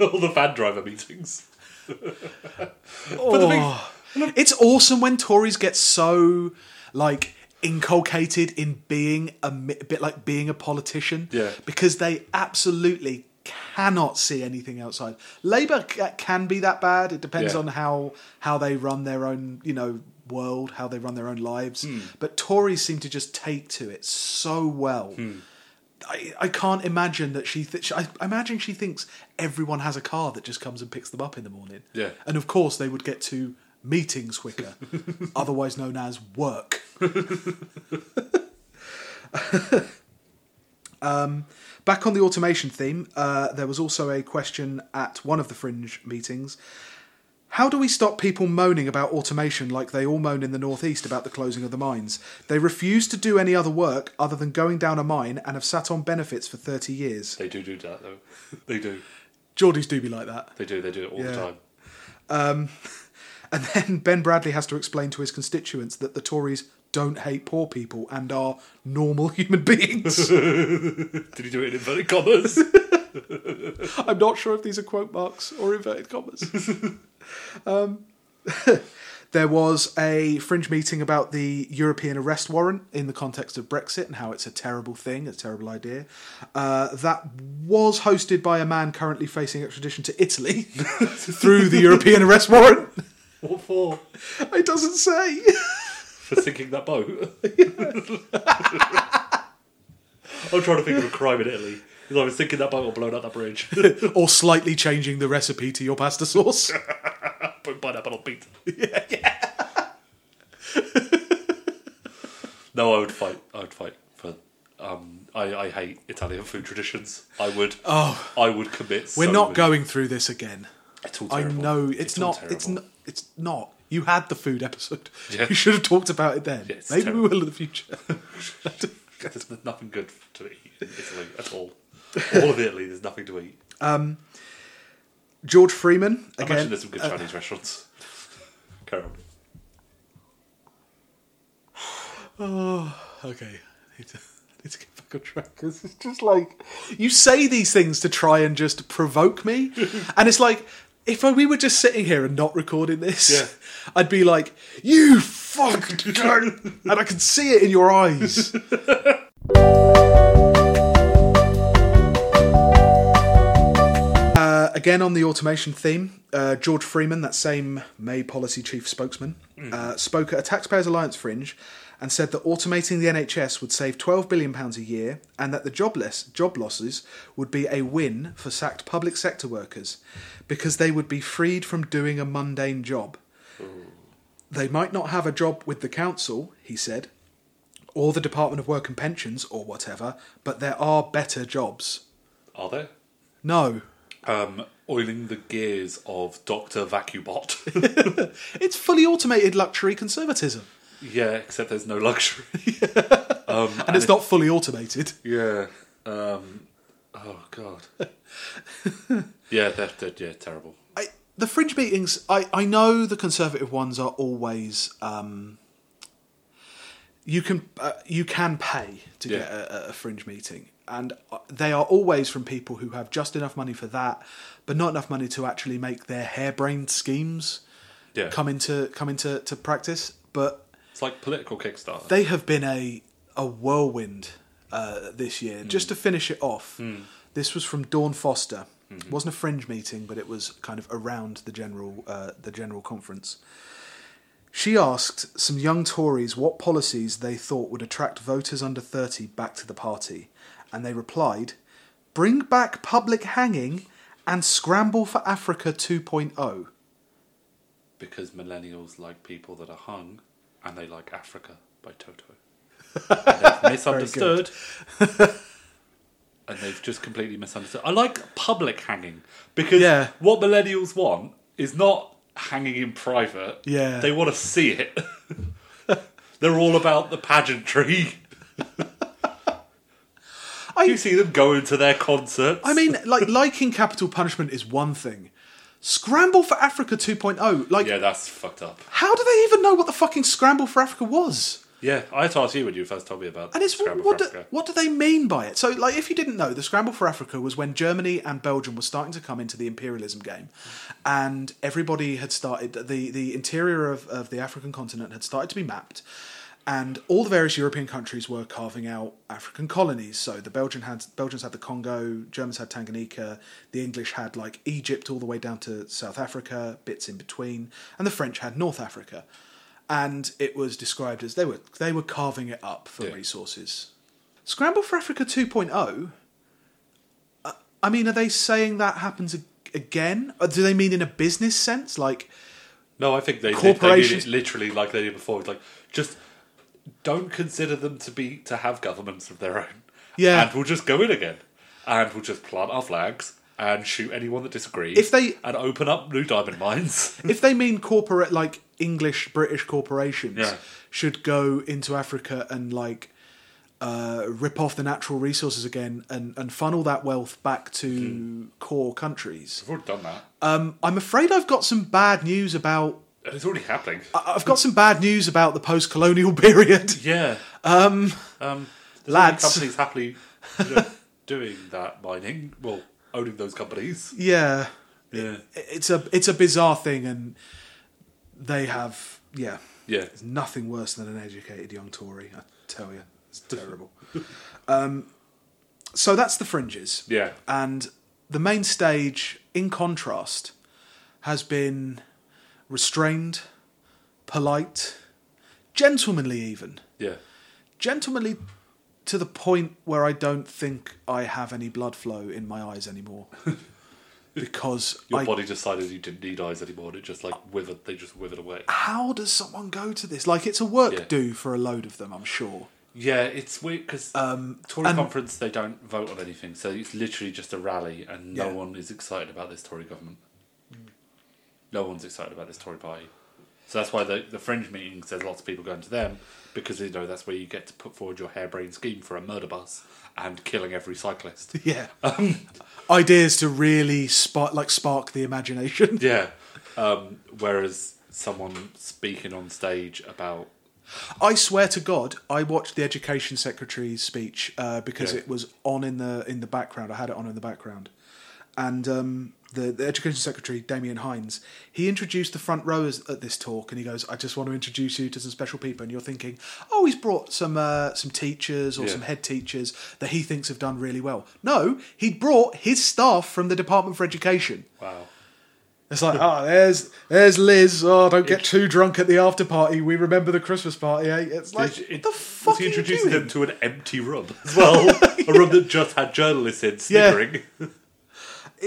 Speaker 2: all the van driver meetings But the thing-
Speaker 1: Oh. it's awesome when Tories get so like inculcated in being a mi- bit like being a politician.
Speaker 2: Yeah.
Speaker 1: Because they absolutely cannot see anything outside. Labour ca- can be that bad. It depends
Speaker 2: Yeah.
Speaker 1: on how how they run their own, you know, world, how they run their own lives.
Speaker 2: Hmm.
Speaker 1: But Tories seem to just take to it so well.
Speaker 2: Hmm.
Speaker 1: I, I can't imagine that she. Th- I imagine she thinks everyone has a car that just comes and picks them up in the morning.
Speaker 2: Yeah.
Speaker 1: and of course they would get to meetings quicker, otherwise known as work. Back on the automation theme, uh, there was also a question at one of the fringe meetings. How do we stop people moaning about automation like they all moan in the Northeast about the closing of the mines? They refuse to do any other work other than going down a mine and have sat on benefits for 30 years.
Speaker 2: They do do that though. They do.
Speaker 1: Geordies do be like that.
Speaker 2: They do. They do it all
Speaker 1: Yeah.
Speaker 2: the time.
Speaker 1: And then (laughs) Ben Bradley has to explain to his constituents that the Tories don't hate poor people and are normal (laughs) human beings.
Speaker 2: Did he do it in inverted commas?
Speaker 1: I'm not sure if these are quote marks or inverted commas. um, (laughs) there was a fringe meeting about the European arrest warrant in the context of Brexit and how it's a terrible thing, a terrible idea. Uh, that was hosted by a man currently facing extradition to Italy (laughs) through the European arrest warrant.
Speaker 2: (laughs)
Speaker 1: (laughs)
Speaker 2: what for?
Speaker 1: It doesn't say.
Speaker 2: For sinking that boat. (laughs) I'm trying to think of a crime in Italy. Because I was sinking that boat or blowing up that (laughs) bridge.
Speaker 1: or slightly changing the recipe to your pasta
Speaker 2: (laughs)
Speaker 1: sauce.
Speaker 2: Put pineapple on pizza. (laughs) no, I would fight. I would fight for. Um, I, I hate Italian food traditions. I would.
Speaker 1: Oh.
Speaker 2: I would commit.
Speaker 1: We're
Speaker 2: so
Speaker 1: not
Speaker 2: many-
Speaker 1: going through this again.
Speaker 2: It's all
Speaker 1: I
Speaker 2: terrible.
Speaker 1: know it's,
Speaker 2: all
Speaker 1: not. It's
Speaker 2: terrible.
Speaker 1: not. It's not. You had the food episode.
Speaker 2: Yeah.
Speaker 1: You should have talked about it then.
Speaker 2: Yeah, it's
Speaker 1: Maybe we
Speaker 2: terrible.
Speaker 1: will in the future.
Speaker 2: There's nothing good to eat in Italy at all. All of Italy, there's nothing to eat.
Speaker 1: George Freeman
Speaker 2: I
Speaker 1: again.
Speaker 2: imagine there's some good
Speaker 1: uh,
Speaker 2: Chinese restaurants. (laughs) Carry on.
Speaker 1: (laughs) okay, I need to, (laughs) I need to get back on track 'cause it's just like you say these things to try and just provoke
Speaker 2: (laughs)
Speaker 1: me, and it's like if we were just sitting here and not recording this,
Speaker 2: Yeah.
Speaker 1: (laughs) I'd be like, "You fuck," (laughs) and I can see it in your eyes. Uh, again on the automation theme, uh, George Freeman, that same May policy chief spokesman, uh, spoke at a Taxpayers Alliance fringe and said that automating the NHS would save £12 billion a year and that the jobless, job losses would be a win for sacked public sector workers because they would be freed from doing a mundane job. They might not have a job with the council, he said, or the Department of Work and Pensions or whatever, but there are better jobs.
Speaker 2: Are there?
Speaker 1: No.
Speaker 2: Um, oiling the gears of Dr. Vacubot.
Speaker 1: It's fully automated luxury conservatism,
Speaker 2: (laughs) yeah, except there's no luxury. (laughs) um,
Speaker 1: and it's not fully automated.
Speaker 2: Yeah. Um, oh, God. (laughs) yeah, they're, they're yeah, terrible.
Speaker 1: I, the fringe meetings, I, I know the conservative ones are always. Um, you can uh, you can pay to
Speaker 2: Yeah.
Speaker 1: get a, a fringe meeting, and uh, they are always from people who have just enough money for that, but not enough money to actually make their harebrained schemes
Speaker 2: Yeah.
Speaker 1: come into come into to practice. But
Speaker 2: It's like political Kickstarter.
Speaker 1: they have been a a whirlwind uh, this year. Just to finish it off, this was from Dawn Foster. It wasn't a fringe meeting, but it was kind of around the general uh, the general conference. She asked some young Tories what policies they thought would attract voters under 30 back to the party, and they replied, "Bring back public hanging and scramble for Africa oh." 2.0."
Speaker 2: because millennials like people that are hung, and they like Africa by Toto.
Speaker 1: (laughs)
Speaker 2: And they've misunderstood. and they've just completely misunderstood. I like public hanging because
Speaker 1: Yeah.
Speaker 2: what millennials want is not hanging in private.
Speaker 1: Yeah.
Speaker 2: They want to see it. (laughs) They're all about the pageantry. (laughs)
Speaker 1: I-
Speaker 2: you see them going to their concerts.
Speaker 1: I mean, like liking capital punishment is one thing. Scramble for Africa 2.0, like
Speaker 2: yeah, that's fucked up.
Speaker 1: How do they even know what the fucking scramble for Africa was?
Speaker 2: Yeah, I had to ask you when you first told me about
Speaker 1: And it's
Speaker 2: Scramble
Speaker 1: what
Speaker 2: for
Speaker 1: do,
Speaker 2: Africa.
Speaker 1: what do they mean by it? So, like, if you didn't know, the scramble for Africa was when Germany and Belgium were starting to come into the imperialism game, and everybody had started the the interior of, of the African continent had started to be mapped, And all the various European countries were carving out African colonies. So the Belgian had, Belgians had the Congo, Germans had Tanganyika, the English had like Egypt all the way down to South Africa, bits in between, and the French had North Africa. And it was described as they were they were carving it up for
Speaker 2: Yeah.
Speaker 1: resources. Scramble for Africa 2.0 uh, I mean, are they saying that happens ag- again? Or do they mean in a business sense? Like,
Speaker 2: No, I think they did, they did
Speaker 1: Corporations-
Speaker 2: it literally like they did before. It's like just don't consider them to be to have governments of their own.
Speaker 1: Yeah.
Speaker 2: and we'll just go in again, and we'll just plant our flags and shoot anyone that disagrees.
Speaker 1: If they-
Speaker 2: and open up new diamond mines, (laughs)
Speaker 1: if they mean corporate, like English, British corporations
Speaker 2: Yeah.
Speaker 1: should go into Africa and like uh, rip off the natural resources again and, and funnel that wealth back to core countries.
Speaker 2: we've already done that,
Speaker 1: Um, I'm afraid I've got some bad news about.
Speaker 2: and it's already happening.
Speaker 1: I- I've got some bad news about the post-colonial (laughs) period.
Speaker 2: yeah. Um. Um. there's already
Speaker 1: lads.
Speaker 2: companies happily you know, (laughs) doing that mining. Well, owning those companies.
Speaker 1: Yeah.
Speaker 2: Yeah.
Speaker 1: it's a it's a bizarre thing, and they have yeah.
Speaker 2: Yeah.
Speaker 1: There's nothing worse than an educated young Tory. I tell you, it's
Speaker 2: (laughs)
Speaker 1: terrible. um, so that's the fringes,
Speaker 2: Yeah.
Speaker 1: and the main stage, in contrast, has been restrained, polite, gentlemanly, even
Speaker 2: Yeah.
Speaker 1: gentlemanly to the point where I don't think I have any blood flow in my eyes
Speaker 2: (laughs)
Speaker 1: anymore. Because
Speaker 2: Your
Speaker 1: I
Speaker 2: body decided you didn't need eyes anymore, and it just like withered. They just withered away.
Speaker 1: how does someone go to this? Like, it's a work
Speaker 2: Yeah.
Speaker 1: do for a load of them, I'm sure. (laughs)
Speaker 2: Yeah, it's weird because
Speaker 1: Um,
Speaker 2: Tory
Speaker 1: and-
Speaker 2: conference they don't vote on anything, so it's literally just a rally, and no
Speaker 1: Yeah. Mm.
Speaker 2: one is excited about this Tory government. No one's excited about this Tory party, so that's why the the fringe meetings there's lots of people going to them because you know that's where you get to put forward your harebrained scheme for a murder bus and killing every
Speaker 1: (laughs)
Speaker 2: cyclist.
Speaker 1: Yeah. Ideas to really spark, like, spark the imagination.
Speaker 2: yeah, um, whereas someone speaking on stage about
Speaker 1: I swear to God, I watched the education secretary's speech uh, because
Speaker 2: Yeah.
Speaker 1: it was on in the in the background. I had it on in the background, and um, the the education secretary Damien Hines he introduced the front rowers at this talk, and he goes, "I just want to introduce you to some special people." And you're thinking, "Oh, he's brought some uh, some teachers or
Speaker 2: Yeah.
Speaker 1: some head teachers that he thinks have done really well." No, he brought his staff from the Department for Education.
Speaker 2: wow,
Speaker 1: It's like, oh, there's there's Liz. Oh, don't get too drunk at the after party. We remember the Christmas party. Eh? It's like,
Speaker 2: Did you-
Speaker 1: what the
Speaker 2: was
Speaker 1: fuck
Speaker 2: he
Speaker 1: are you
Speaker 2: introducing
Speaker 1: doing?
Speaker 2: them to an empty room
Speaker 1: (laughs)
Speaker 2: as well, a room that just had journalists in
Speaker 1: Yeah.
Speaker 2: sniggering.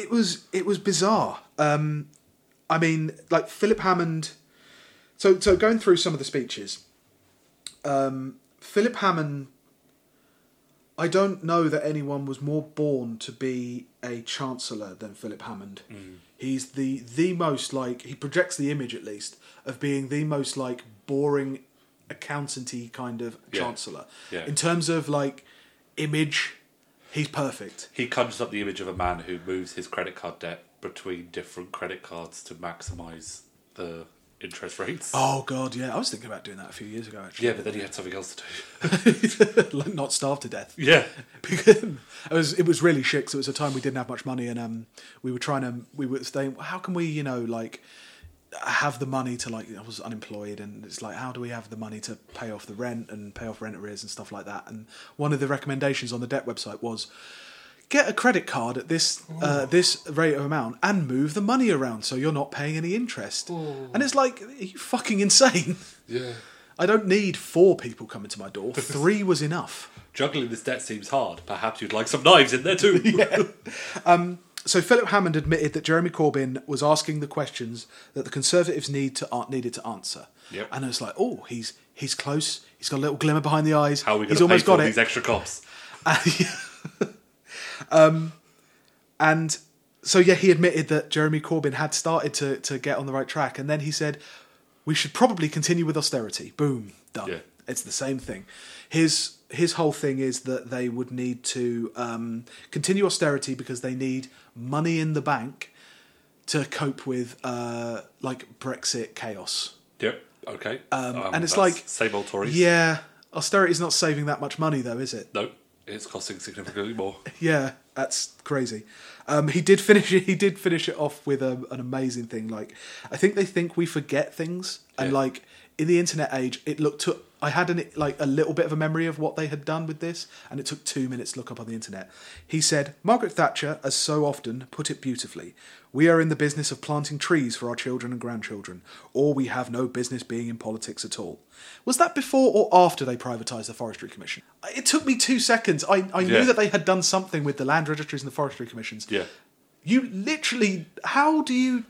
Speaker 1: It was it was bizarre. Um, I mean, like Philip Hammond. So so going through some of the speeches, um, Philip Hammond. I don't know that anyone was more born to be a chancellor than Philip Hammond.
Speaker 2: Mm.
Speaker 1: He's the the most like he projects the image at least of being the most like boring accountanty kind of
Speaker 2: Yeah.
Speaker 1: chancellor.
Speaker 2: Yeah.
Speaker 1: In terms of like image, he's perfect.
Speaker 2: (laughs) He conjures up the image of a man who moves his credit card debt between different credit cards to maximise the interest rates.
Speaker 1: Oh god, yeah. I was thinking about doing that a few years ago actually.
Speaker 2: Yeah, but then he had something else to
Speaker 1: (laughs)
Speaker 2: do.
Speaker 1: Like, not starved to death. (laughs)
Speaker 2: yeah.
Speaker 1: Because it was it was really shit. 'cause it was a time we didn't have much money, and um, we were trying to we were saying, how can we, you know, like have the money to like I was unemployed, and it's like how do we have the money to pay off the rent and pay off rent arrears and stuff like that. And one of the recommendations on the debt website was. Get a credit card at this uh, this rate of amount and move the money around so you're not paying any interest. And it's like, are you fucking insane? (laughs)
Speaker 2: Yeah.
Speaker 1: I don't need four people coming to my (laughs) door. Three was enough.
Speaker 2: Juggling this debt seems hard. Perhaps you'd like some knives in there
Speaker 1: (laughs)
Speaker 2: too. yeah.
Speaker 1: So Philip Hammond admitted that Jeremy Corbyn was asking the questions that the Conservatives need to uh, needed to answer.
Speaker 2: Yep.
Speaker 1: And it's like, oh, he's he's close. He's got a little glimmer behind the eyes.
Speaker 2: How are we going
Speaker 1: he's
Speaker 2: to pay
Speaker 1: almost
Speaker 2: for all
Speaker 1: got
Speaker 2: these
Speaker 1: it.
Speaker 2: extra cops?
Speaker 1: (laughs) Um, and so yeah, he admitted that Jeremy Corbyn had started to to get on the right track, and then he said, we should probably continue with austerity. Boom, done.
Speaker 2: Yeah.
Speaker 1: It's the same thing. His his whole thing is that they would need to um, continue austerity because they need money in the bank to cope with uh, like Brexit chaos.
Speaker 2: Yep. Okay.
Speaker 1: Um, and it's
Speaker 2: that's
Speaker 1: like-
Speaker 2: same old Tories.
Speaker 1: Yeah, austerity's not saving that much money though, is it?
Speaker 2: No, it's costing significantly more.
Speaker 1: Yeah, that's crazy. Um, he did finish. He did finish it off with um an amazing thing. Like, I think they think we forget things, and
Speaker 2: Yeah.
Speaker 1: like in the internet age, it looked to I had an like a little bit of a memory of what they had done with this, and it took two minutes to look up on the internet. He said, Margaret Thatcher, as so often, put it beautifully. We are in the business of planting trees for our children and grandchildren, or we have no business being in politics at all. Was that before or after they privatised the Forestry Commission? It took me two seconds. I, I
Speaker 2: Yeah.
Speaker 1: knew that they had done something with the land registries and the forestry commissions.
Speaker 2: Yeah.
Speaker 1: You literally, how do you,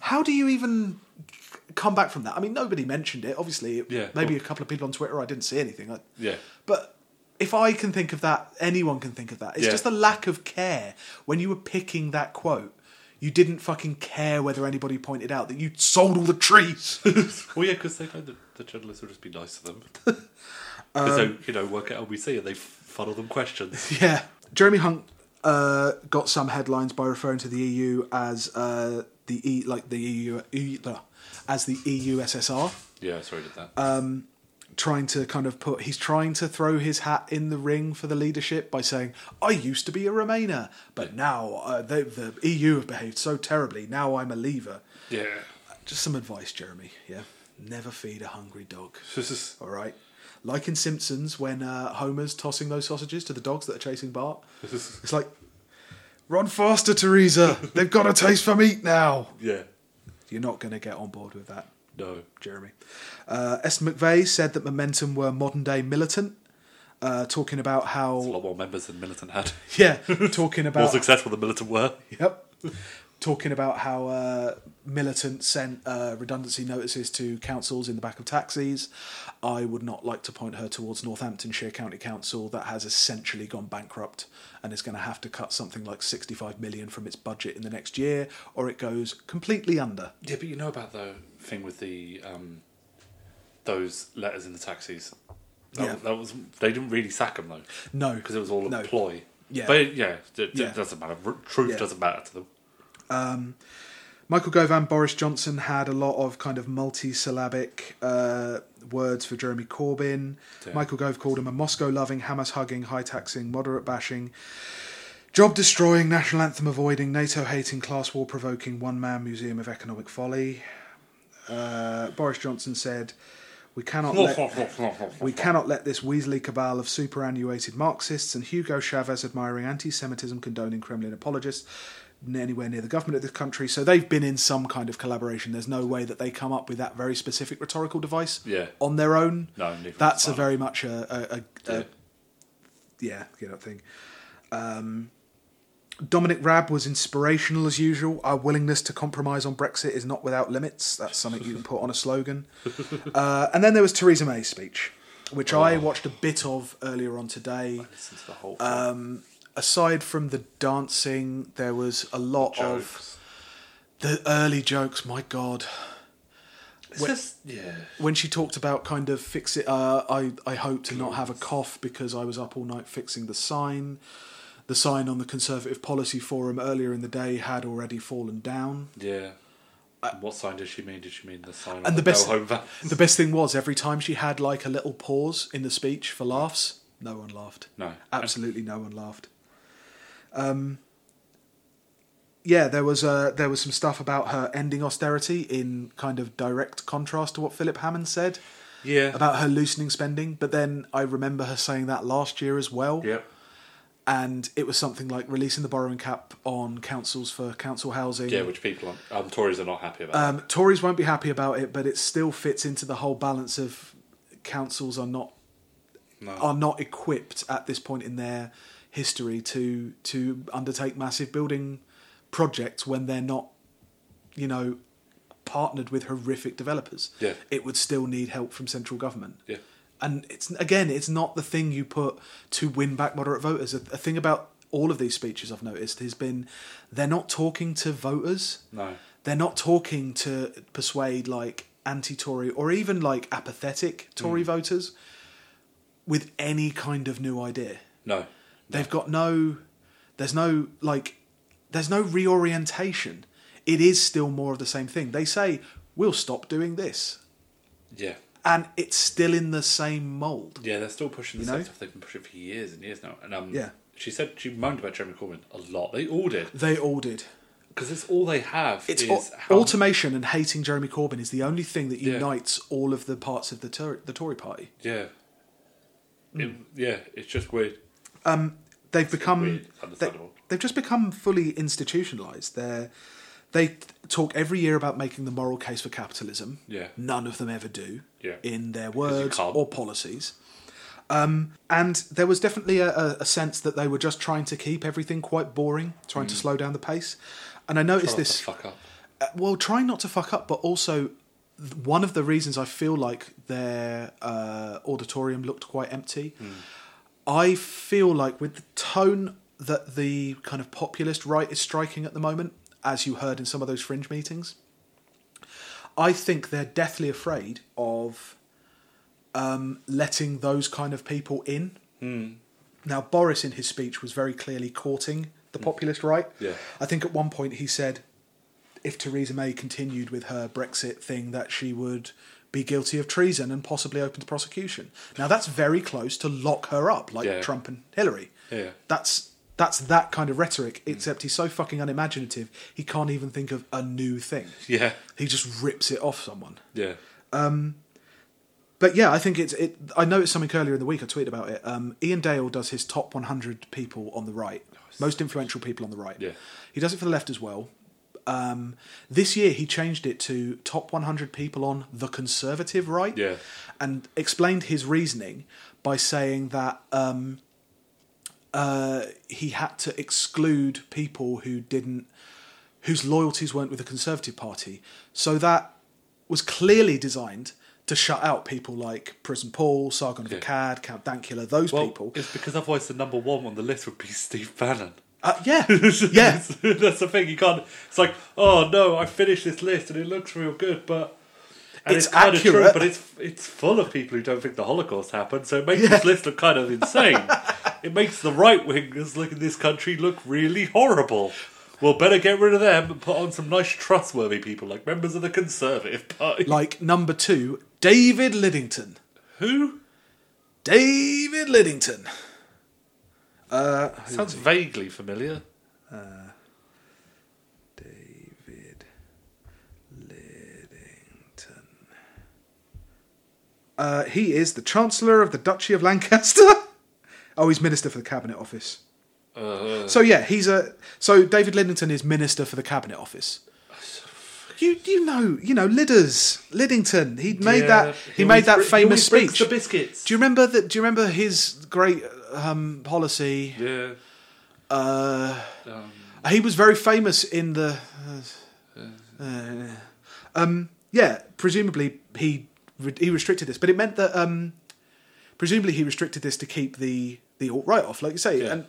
Speaker 1: how do you even come back from that? I mean, nobody mentioned it. Obviously, it-
Speaker 2: Yeah,
Speaker 1: maybe
Speaker 2: well-
Speaker 1: a couple of people on Twitter. I didn't see anything. I,
Speaker 2: Yeah.
Speaker 1: But if I can think of that, anyone can think of that. It's
Speaker 2: Yeah.
Speaker 1: just the lack of care when you were picking that quote. You didn't fucking care whether anybody pointed out that you sold all the trees.
Speaker 2: Well, yeah, because they know the, the journalists will just be nice to them.
Speaker 1: (laughs) Um,
Speaker 2: Because they, you know, work at LBC and they funnel them questions.
Speaker 1: (laughs) Yeah. Jeremy Hunt uh, got some headlines by referring to the EU as uh, the E, like the EU, E- uh, as the EU SSR,
Speaker 2: Yeah, sorry, did that.
Speaker 1: Uh, trying to kind of put. He's trying to throw his hat in the ring for the leadership by saying, "I used to be a Remainer, but now uh, they, the EU have behaved so terribly. Now I'm a Leaver."
Speaker 2: yeah.
Speaker 1: Just some advice, Jeremy. Yeah. Never feed a hungry dog.
Speaker 2: This is-
Speaker 1: All right. Like in Simpsons, when uh, Homer's tossing those sausages to the dogs that are chasing Bart, it's like, run faster, Teresa. They've got a taste for meat now.
Speaker 2: yeah.
Speaker 1: You're not going to get on board with that,
Speaker 2: No.
Speaker 1: Jeremy. Uh, Esther McVeigh said that Momentum were modern day militant, uh, talking about
Speaker 2: A
Speaker 1: how. (laughs)
Speaker 2: lot more members than Militant had.
Speaker 1: Yeah, talking
Speaker 2: More
Speaker 1: about.
Speaker 2: successful than Militant were.
Speaker 1: Yep. Talking about how uh, militant sent uh, redundancy notices to councils in the back of taxis. I would not like to point her towards Northamptonshire County Council that has essentially gone bankrupt and is going to have to cut something like 65 million from its budget in the next year or it goes completely under.
Speaker 2: Yeah, but you know about the thing with the um, those letters in the taxis. That,
Speaker 1: Yeah.
Speaker 2: that was they didn't really sack them though,
Speaker 1: No.
Speaker 2: because it was all
Speaker 1: No.
Speaker 2: a ploy.
Speaker 1: Yeah.
Speaker 2: but yeah, it,
Speaker 1: Yeah.
Speaker 2: it doesn't matter. R- Truth
Speaker 1: Yeah.
Speaker 2: doesn't matter to them.
Speaker 1: Michael Govan, Boris Johnson had a lot of kind of multi-syllabic uh, words for Jeremy Corbyn.
Speaker 2: Yeah.
Speaker 1: Michael Gove called him a Moscow-loving, Hamas-hugging, high-taxing, moderate-bashing, job-destroying, national anthem-avoiding, NATO-hating, class war-provoking, one-man museum of economic folly. Uh, Boris Johnson said, "We cannot let." We cannot let this Weasley cabal of superannuated Marxists and Hugo Chavez admiring anti Semitism condoning Kremlin apologists n- anywhere near the government of this country. So they've been in some kind of collaboration. There's no way that they come up with that very specific rhetorical device
Speaker 2: Yeah.
Speaker 1: on their own.
Speaker 2: No, neither of
Speaker 1: That's
Speaker 2: us
Speaker 1: a
Speaker 2: are.
Speaker 1: very much a, a, a,
Speaker 2: Yeah.
Speaker 1: a yeah, you know, thing. Um, Dominic Raab was inspirational as usual. Our willingness to compromise on Brexit is not without limits. That's something you can put on a slogan. Uh, and then there was Theresa May's speech, which I watched a bit of earlier on today.
Speaker 2: Listen to the whole
Speaker 1: Um, aside from the dancing, there was a lot of
Speaker 2: jokes.
Speaker 1: the early jokes. My God,
Speaker 2: It's
Speaker 1: when-
Speaker 2: just yeah.
Speaker 1: when she talked about kind of fix it, uh, I I hope to not have a cough because I was up all night fixing the sign. The sign on the Conservative Policy Forum earlier in the day had already fallen down.
Speaker 2: Yeah. what sign does she mean? Did she mean the sign? on
Speaker 1: And the best,
Speaker 2: bell home
Speaker 1: (laughs)
Speaker 2: van?
Speaker 1: the best thing was every time she had like a little pause in the speech for laughs, no one laughed.
Speaker 2: No.
Speaker 1: absolutely no one laughed. Um, yeah, there was uh, there was some stuff about her ending austerity in kind of direct contrast to what Philip Hammond said.
Speaker 2: Yeah.
Speaker 1: about her loosening spending, but then I remember her saying that last year as well.
Speaker 2: Yep.
Speaker 1: And it was something like releasing the borrowing cap on councils for council housing.
Speaker 2: Yeah, which people aren't- um, Tories are not happy about.
Speaker 1: um, Tories won't be happy about it, but it still fits into the whole balance of councils are not
Speaker 2: no.
Speaker 1: are not equipped at this point in their history to to undertake massive building projects when they're not, you know, partnered with horrific developers.
Speaker 2: Yeah.
Speaker 1: It would still need help from central government.
Speaker 2: Yeah.
Speaker 1: And it's again, it's not the thing you put to win back moderate voters. A, a thing about all of these speeches I've noticed has been they're not talking to voters.
Speaker 2: No.
Speaker 1: They're not talking to persuade like anti-Tory or even like apathetic Tory voters with any kind of new idea.
Speaker 2: No.
Speaker 1: They've got no. There's no like. There's no reorientation. It is still more of the same thing. They say we'll stop doing this,
Speaker 2: Yeah.
Speaker 1: and it's still in the same mold.
Speaker 2: Yeah, they're still pushing the
Speaker 1: You know?
Speaker 2: same stuff. They've been pushing for years and years now. And um,
Speaker 1: Yeah.
Speaker 2: she said she moaned about Jeremy Corbyn a lot. They all did.
Speaker 1: They all did.
Speaker 2: because it's all they have.
Speaker 1: It's
Speaker 2: is
Speaker 1: au-
Speaker 2: how-
Speaker 1: automation and hating Jeremy Corbyn is the only thing that
Speaker 2: Yeah.
Speaker 1: unites all of the parts of the Tor- the Tory party.
Speaker 2: yeah, it,
Speaker 1: Hmm.
Speaker 2: yeah. It's just weird.
Speaker 1: They've become
Speaker 2: weird,
Speaker 1: they,
Speaker 2: understandable.
Speaker 1: they've just become fully institutionalized. They they t- talk every year about making the moral case for capitalism.
Speaker 2: Yeah.
Speaker 1: None of them ever do
Speaker 2: Yeah.
Speaker 1: in their
Speaker 2: you
Speaker 1: words
Speaker 2: can't.
Speaker 1: or policies. Um, and there was definitely a, a, a sense that they were just trying to keep everything quite boring, trying to
Speaker 2: Mm.
Speaker 1: slow down the pace. And I noticed
Speaker 2: What the
Speaker 1: this
Speaker 2: fuck up?
Speaker 1: uh, well, trying not to fuck up, but also th- one of the reasons I feel like their uh, auditorium looked quite empty. I feel like with the tone that the kind of populist right is striking at the moment, as you heard in some of those fringe meetings, I think they're deathly afraid of um, letting those kind of people in. Now, Boris in his speech was very clearly courting the populist right.
Speaker 2: Yeah.
Speaker 1: I think at one point he said if Theresa May continued with her Brexit thing, that she would be guilty of treason and possibly open to prosecution. Now that's very close to lock her up, like
Speaker 2: Yeah.
Speaker 1: Trump and Hillary.
Speaker 2: Yeah.
Speaker 1: That's that's that kind of rhetoric. Except he's so fucking unimaginative, he can't even think of a new thing.
Speaker 2: Yeah,
Speaker 1: He just rips it off someone.
Speaker 2: yeah,
Speaker 1: But yeah, I think it's it. I noticed something earlier in the week. I tweeted about it. Um, Ian Dale does his top 100 people on the right, most influential people on the right.
Speaker 2: Yeah.
Speaker 1: he does it for the left as well. Um, this year, he changed it to top 100 people on the conservative right.
Speaker 2: Yeah.
Speaker 1: and explained his reasoning by saying that um, uh, he had to exclude people who didn't whose loyalties weren't with the Conservative Party. So that was clearly designed to shut out people like Prison Paul, Sargon of
Speaker 2: Yeah.
Speaker 1: Akkad, Count Dankula, those
Speaker 2: well,
Speaker 1: people.
Speaker 2: it's because otherwise the number one on the list would be Steve Bannon.
Speaker 1: Uh,
Speaker 2: (laughs)
Speaker 1: yeah, yeah.
Speaker 2: that's the thing. You can't. It's like, oh no, I finished this list and it looks real good, but and
Speaker 1: It's
Speaker 2: kinda
Speaker 1: accurate.
Speaker 2: but it's it's full of people who don't think the Holocaust happened, so it makes this list look kind
Speaker 1: (laughs)
Speaker 2: of insane. it makes the right wingers look in this country look really horrible. We'll better get rid of them and put on some nice trustworthy people like members of the Conservative Party.
Speaker 1: Like number two, David Liddington.
Speaker 2: Who?
Speaker 1: David Liddington. Uh,
Speaker 2: Sounds vaguely familiar.
Speaker 1: David Liddington. Uh, he is the Chancellor of the Duchy of Lancaster. (laughs) oh, he's Minister for the Cabinet Office.
Speaker 2: Uh,
Speaker 1: So yeah, he's a so David Liddington is minister for the cabinet office. You you know you know Lidders Liddington he made
Speaker 2: yeah,
Speaker 1: that he,
Speaker 2: always
Speaker 1: made that
Speaker 2: bri- he
Speaker 1: famous
Speaker 2: always brings
Speaker 1: speech.
Speaker 2: The biscuits.
Speaker 1: do you remember that? Do you remember his great um, policy?
Speaker 2: yeah.
Speaker 1: Uh,
Speaker 2: Um,
Speaker 1: he was very famous in the. Uh, uh, um, yeah, presumably he re- he restricted this, but it meant that um, presumably he restricted this to keep the the alt right off, like you say,
Speaker 2: Yeah.
Speaker 1: and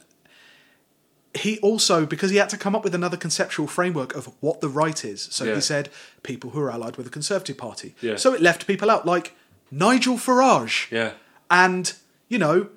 Speaker 1: he also because he had to come up with another conceptual framework of what the right is. So
Speaker 2: Yeah.
Speaker 1: he said people who are allied with the Conservative Party.
Speaker 2: Yeah.
Speaker 1: So it left people out like Nigel Farage
Speaker 2: yeah.
Speaker 1: and you know,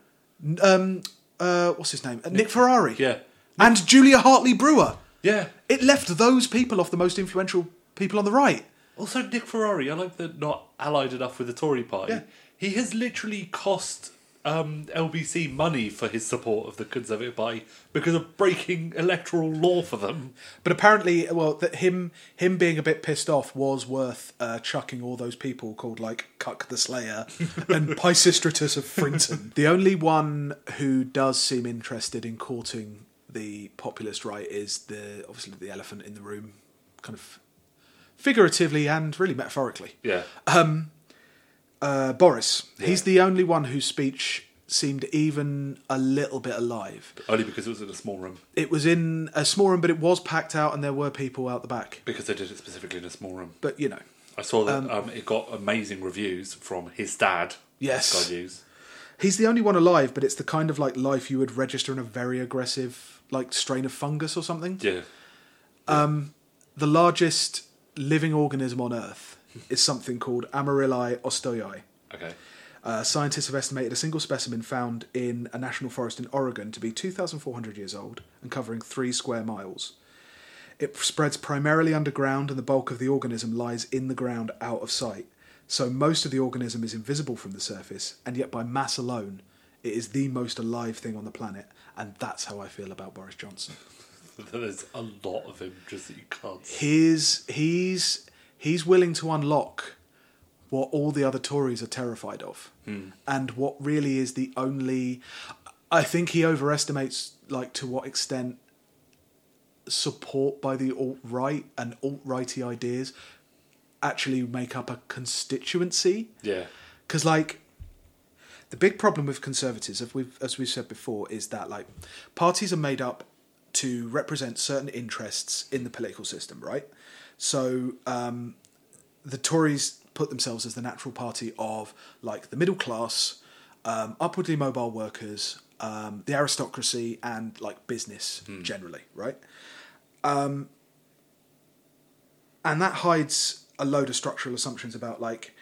Speaker 1: n- um, uh, what's his name? Uh, Nick, Ferrari.
Speaker 2: Yeah.
Speaker 1: And Julia Hartley Brewer.
Speaker 2: Yeah.
Speaker 1: It left those people off the most influential people on the right.
Speaker 2: Also, Nick Ferrari, I like that not allied enough with the Tory party.
Speaker 1: Yeah.
Speaker 2: He has literally cost um, LBC money for his support of the Conservative Party because of breaking electoral law for them.
Speaker 1: But apparently, well, that him him being a bit pissed off was worth uh, chucking all those people called like Cuck the Slayer and Pisistratus of Frinton. the only one who does seem interested in courting the populist right is the obviously the elephant in the room, kind of figuratively and really metaphorically.
Speaker 2: Yeah.
Speaker 1: uh, Boris. He's the only one whose speech seemed even a little bit alive.
Speaker 2: Only because it was in a small room.
Speaker 1: It was in a small room, but it was packed out, and there were people out the back.
Speaker 2: Because they did it specifically in a small room.
Speaker 1: But you know,
Speaker 2: I saw that um, it got amazing reviews from his dad.
Speaker 1: Yes.
Speaker 2: God use.
Speaker 1: he's the only one alive. But it's the kind of like life you would register in a very aggressive like strain of fungus or something.
Speaker 2: Yeah.
Speaker 1: The largest living organism on Earth is something called Amarylli ostoiae.
Speaker 2: Okay. (laughs)
Speaker 1: Uh, scientists have estimated a single specimen found in a national forest in Oregon to be 2,400 years old and covering three square miles. It spreads primarily underground, and the bulk of the organism lies in the ground out of sight. So most of the organism is invisible from the surface, and yet by mass alone, it is the most alive thing on the planet. And that's how I feel about Boris Johnson.
Speaker 2: but there's a lot of him just that you can't. See.
Speaker 1: He's he's he's willing to unlock what all the other Tories are terrified of, and what really is the only. I think he overestimates like to what extent support by the alt right and alt righty ideas actually make up a constituency.
Speaker 2: Yeah,
Speaker 1: Because like the big problem with conservatives, as we've as we've said before, is that like parties are made up to represent certain interests in the political system, right? So um, the Tories put themselves as the natural party of like the middle class, um, upwardly mobile workers, um, the aristocracy, and like business generally, right? and that hides a load of structural assumptions about like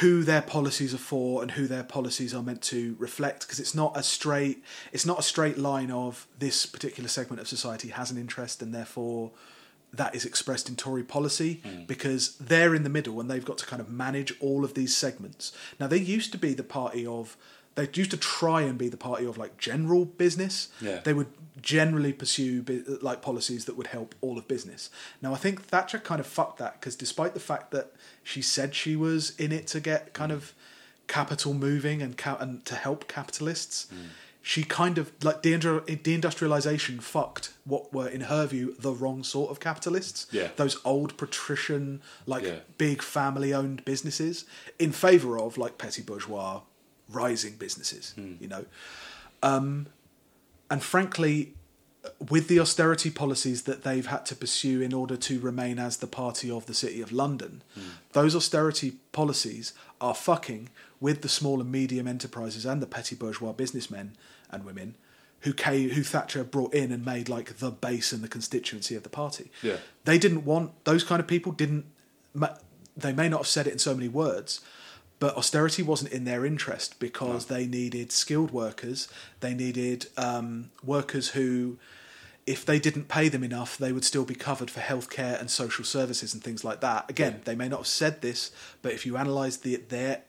Speaker 1: who their policies are for and who their policies are meant to reflect because it's not a straight it's not a straight line of this particular segment of society has an interest and therefore that is expressed in Tory policy because they're in the middle and they've got to kind of manage all of these segments. Now they used to be the party of they used to try and be the party of like general business.
Speaker 2: Yeah.
Speaker 1: They would generally pursue bu- like policies that would help all of business. Now I think Thatcher kind of fucked that because despite the fact that she said she was in it to get kind of capital moving and ca- and to help capitalists, she kind of like deindu- deindustrialization fucked what were in her view the wrong sort of capitalists.
Speaker 2: Yeah.
Speaker 1: those old patrician like
Speaker 2: Yeah.
Speaker 1: big family owned businesses in favor of like petty bourgeois rising businesses.
Speaker 2: Hmm.
Speaker 1: You know. Um, And frankly, with the austerity policies that they've had to pursue in order to remain as the party of the City of London,
Speaker 2: Hmm.
Speaker 1: those austerity policies are fucking with the small and medium enterprises and the petty bourgeois businessmen and women who came, who Thatcher brought in and made like the base and the constituency of the party.
Speaker 2: Yeah.
Speaker 1: They didn't want those kind of people didn't ma- they may not have said it in so many words, but austerity wasn't in their interest because they needed skilled workers. They needed um, workers who, if they didn't pay them enough, they would still be covered for healthcare and social services and things like that. Again, they may not have said this, but if you analyse the, their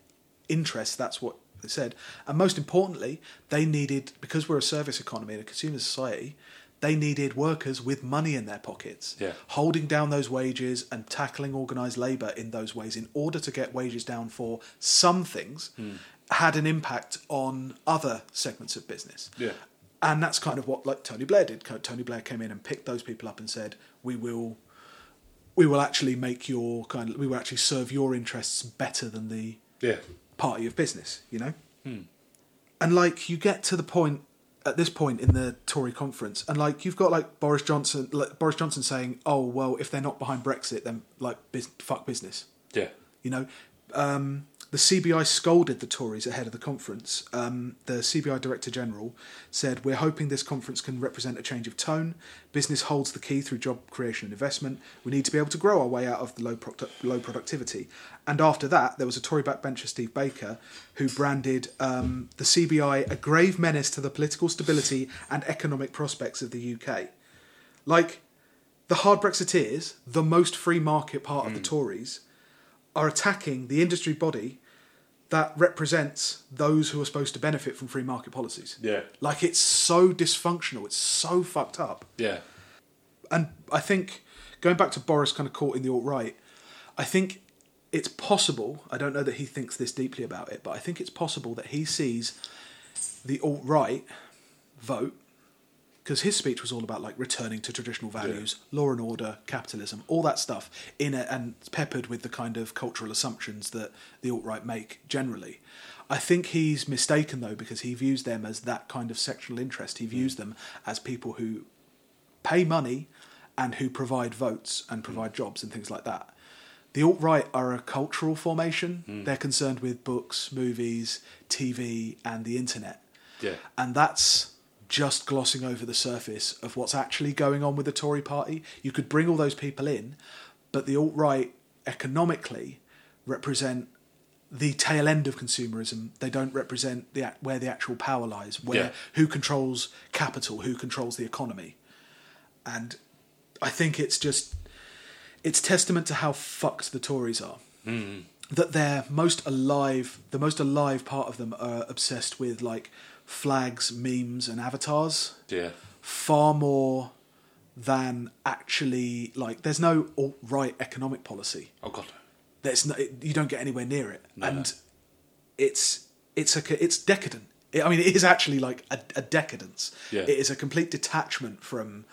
Speaker 1: interests, that's what they said. And most importantly, they needed, because we're a service economy and a consumer society, they needed workers with money in their pockets
Speaker 2: Yeah.
Speaker 1: holding down those wages and tackling organised labour in those ways in order to get wages down for some things had an impact on other segments of business.
Speaker 2: Yeah.
Speaker 1: And that's kind of what like Tony Blair did. Co- Tony Blair came in and picked those people up and said, "We will, we will actually make your kind of, we will actually serve your interests better than the
Speaker 2: yeah,
Speaker 1: party of business, you know? And like you get to the point at this point in the Tory conference, and like you've got like Boris Johnson, like Boris Johnson saying, "Oh well, if they're not behind Brexit, then like bus- fuck business."
Speaker 2: yeah,
Speaker 1: You know, um, the CBI scolded the Tories ahead of the conference. Um, the CBI Director General said, We're hoping this conference can represent a change of tone. Business holds the key through job creation and investment. We need to be able to grow our way out of the low, produ- low productivity. And after that, there was a Tory backbencher, Steve Baker, who branded um, the CBI a grave menace to the political stability and economic prospects of the UK. Like, the hard Brexiteers, the most free market part of the Tories, are attacking the industry body that represents those who are supposed to benefit from free market policies.
Speaker 2: yeah,
Speaker 1: Like it's so dysfunctional, it's so fucked up.
Speaker 2: yeah,
Speaker 1: And I think going back to Boris kind of caught in the alt right, I think it's possible, I don't know that he thinks this deeply about it, but I think it's possible that he sees the alt right vote because his speech was all about like returning to traditional values, law and order, capitalism, all that stuff, in a, and peppered with the kind of cultural assumptions that the alt right make generally. I think he's mistaken though because he views them as that kind of sectional interest. He views them as people who pay money and who provide votes and provide jobs and things like that. The alt right are a cultural formation. They're concerned with books, movies, TV, and the internet.
Speaker 2: yeah,
Speaker 1: And that's just glossing over the surface of what's actually going on with the Tory party. You could bring all those people in, but the alt right economically represent the tail end of consumerism. They don't represent the ac- where the actual power lies, where
Speaker 2: Yeah.
Speaker 1: who controls capital, who controls the economy. And I think it's just it's testament to how fucked the Tories are. That they're most alive, the most alive part of them are obsessed with like flags, memes, and avatars.
Speaker 2: yeah,
Speaker 1: far more than actually like. There's no alt right economic policy.
Speaker 2: Oh god,
Speaker 1: There's no, it, you don't get anywhere near it,
Speaker 2: No,
Speaker 1: and
Speaker 2: no.
Speaker 1: it's it's a it's decadent. It, I mean, it is actually like a, a decadence.
Speaker 2: Yeah.
Speaker 1: It is a complete detachment from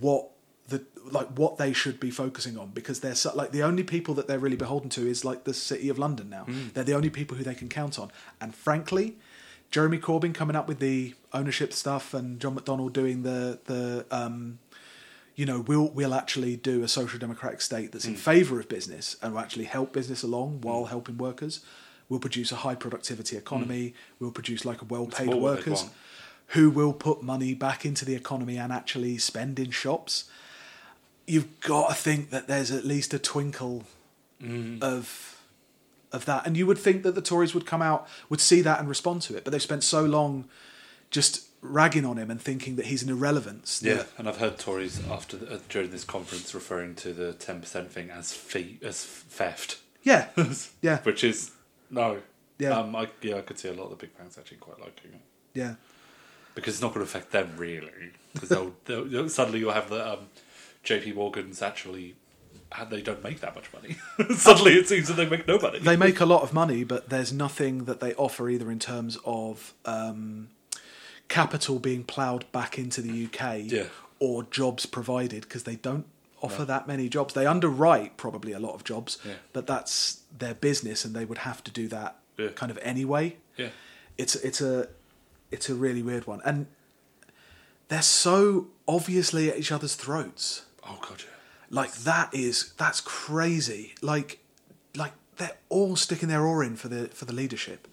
Speaker 1: what the like what they should be focusing on because they're so, like the only people that they're really beholden to is like the city of London now.
Speaker 2: Hmm.
Speaker 1: They're the only people who they can count on, and frankly. Jeremy Corbyn coming up with the ownership stuff and John McDonnell doing the the um, you know, we'll we'll actually do a social democratic state that's in
Speaker 2: Mm.
Speaker 1: favour of business and will actually help business along while helping workers. We'll produce a high productivity economy. We'll produce like a well paid
Speaker 2: Mm. more what they
Speaker 1: workers
Speaker 2: want.
Speaker 1: who will put money back into the economy and actually spend in shops. You've got to think that there's at least a twinkle
Speaker 2: Mm.
Speaker 1: of of that. And you would think that the Tories would come out, would see that and respond to it. But they've spent so long just ragging on him and thinking that he's an irrelevance.
Speaker 2: yeah.
Speaker 1: that-
Speaker 2: And I've heard Tories after the, uh, during this conference referring to the ten percent thing as fee as theft, (laughs)
Speaker 1: Yeah. yeah.
Speaker 2: which is no.
Speaker 1: Yeah.
Speaker 2: um, I, yeah, I could see a lot of the big banks actually quite liking it.
Speaker 1: Yeah.
Speaker 2: because it's not going to affect them really. Because they'll, (laughs) they'll, they'll- suddenly you'll have the um, J.P. Morgan's actually and they don't make that much money. (laughs) suddenly it seems that they make no money.
Speaker 1: They make a lot of money, but there's nothing that they offer either in terms of um, capital being ploughed back into the UK
Speaker 2: Yeah.
Speaker 1: or jobs provided because they don't offer that many jobs. They underwrite probably a lot of jobs,
Speaker 2: Yeah.
Speaker 1: but that's their business and they would have to do that
Speaker 2: Yeah.
Speaker 1: kind of anyway.
Speaker 2: yeah,
Speaker 1: It's it's a it's a really weird one. And they're so obviously at each other's throats
Speaker 2: oh god, yeah.
Speaker 1: like that is that's crazy like like they're all sticking their oar in for the for the leadership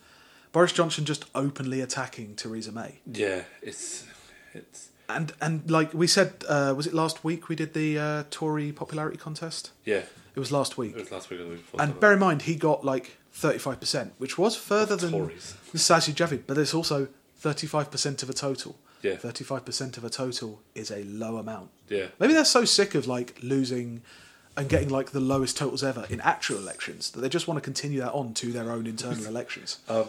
Speaker 1: boris johnson just openly attacking theresa may
Speaker 2: Yeah, it's it's
Speaker 1: and and like we said uh, was it last week we did the uh, tory popularity contest
Speaker 2: yeah.
Speaker 1: it was last week
Speaker 2: It was last week or the week before.
Speaker 1: and bear in mind he got like 35% which was further than
Speaker 2: Tories.
Speaker 1: Sajid Javid but it's also 35% of a total
Speaker 2: Yeah.
Speaker 1: 35% of a total is a low amount
Speaker 2: yeah,
Speaker 1: Maybe they're so sick of like losing and getting like the lowest totals ever in actual elections that they just want to continue that on to their own internal (laughs) elections.
Speaker 2: Um,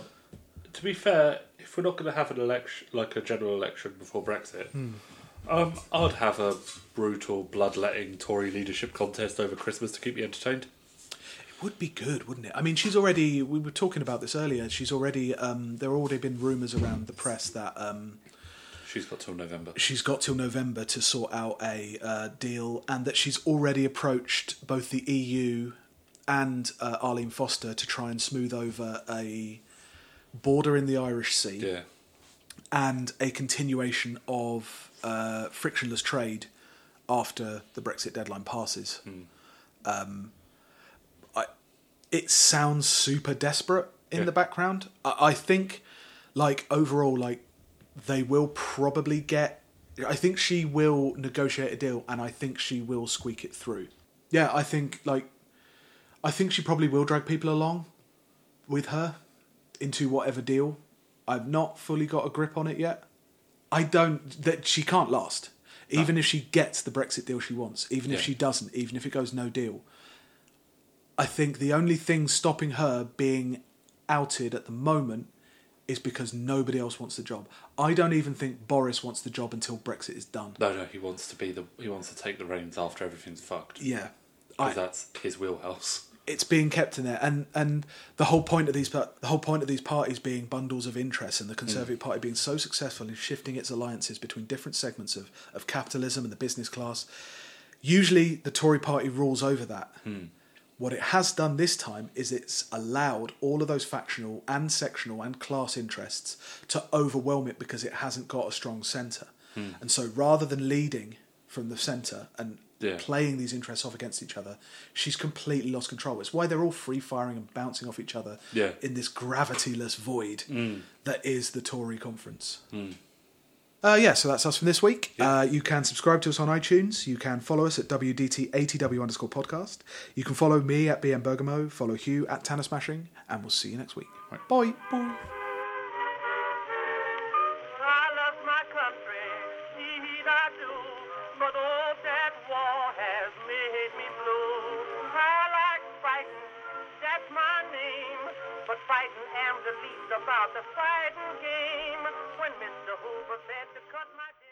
Speaker 2: to be fair, if we're not going to have an election, like a general election before Brexit, um, I'd have a brutal bloodletting Tory leadership contest over Christmas to keep me entertained.
Speaker 1: It would be good, wouldn't it? I mean, she's already. We were talking about this earlier. She's already. Um, there have already been rumours around the press that um,
Speaker 2: She's got till November.
Speaker 1: she's got till November to sort out a uh, deal, and that she's already approached both the EU and uh, Arlene Foster to try and smooth over a border in the Irish Sea.
Speaker 2: Yeah,
Speaker 1: and a continuation of uh, frictionless trade after the Brexit deadline passes. Um, I, it sounds super desperate in
Speaker 2: Yeah.
Speaker 1: the background. I, I think, like overall, like they will probably get. I think she will negotiate a deal, and I think she will squeak it through. Yeah, I think like, I think she probably will drag people along with her into whatever deal. I've not fully got a grip on it yet. I don't that she can't last. Even if she gets the Brexit deal she wants, even if
Speaker 2: Yeah.
Speaker 1: she doesn't, even if it goes no deal. I think the only thing stopping her being outed at the moment is because nobody else wants the job. I don't even think Boris wants the job until Brexit is done.
Speaker 2: No, no, he wants to be the he wants to take the reins after everything's fucked.
Speaker 1: Yeah. I,
Speaker 2: Because that's his wheelhouse.
Speaker 1: it's being kept in there, and and the whole point of these par- the whole point of these parties being bundles of interests, and the Conservative Party being so successful in shifting its alliances between different segments of of capitalism and the business class. Usually, the Tory Party rules over that. What it has done this time is it's allowed all of those factional and sectional and class interests to overwhelm it because it hasn't got a strong centre. And so, rather than leading from the centre and
Speaker 2: Yeah.
Speaker 1: playing these interests off against each other, she's completely lost control. It's why they're all free firing and bouncing off each other
Speaker 2: Yeah.
Speaker 1: in this gravityless void that is the Tory conference. Uh, yeah, so that's us from this week. Uh, you can subscribe to us on iTunes. You can follow us at WDT80W underscore podcast. You can follow me at BM Bergamo, follow Hugh at Tanner Smashing, and we'll see you next week. Bye. Bye.
Speaker 3: I love my country, indeed I do. But oh, that war has made me blue. I like fighting, that's my name. But fighting am the least about the fighting game. When Mr. Hoover said to cut my.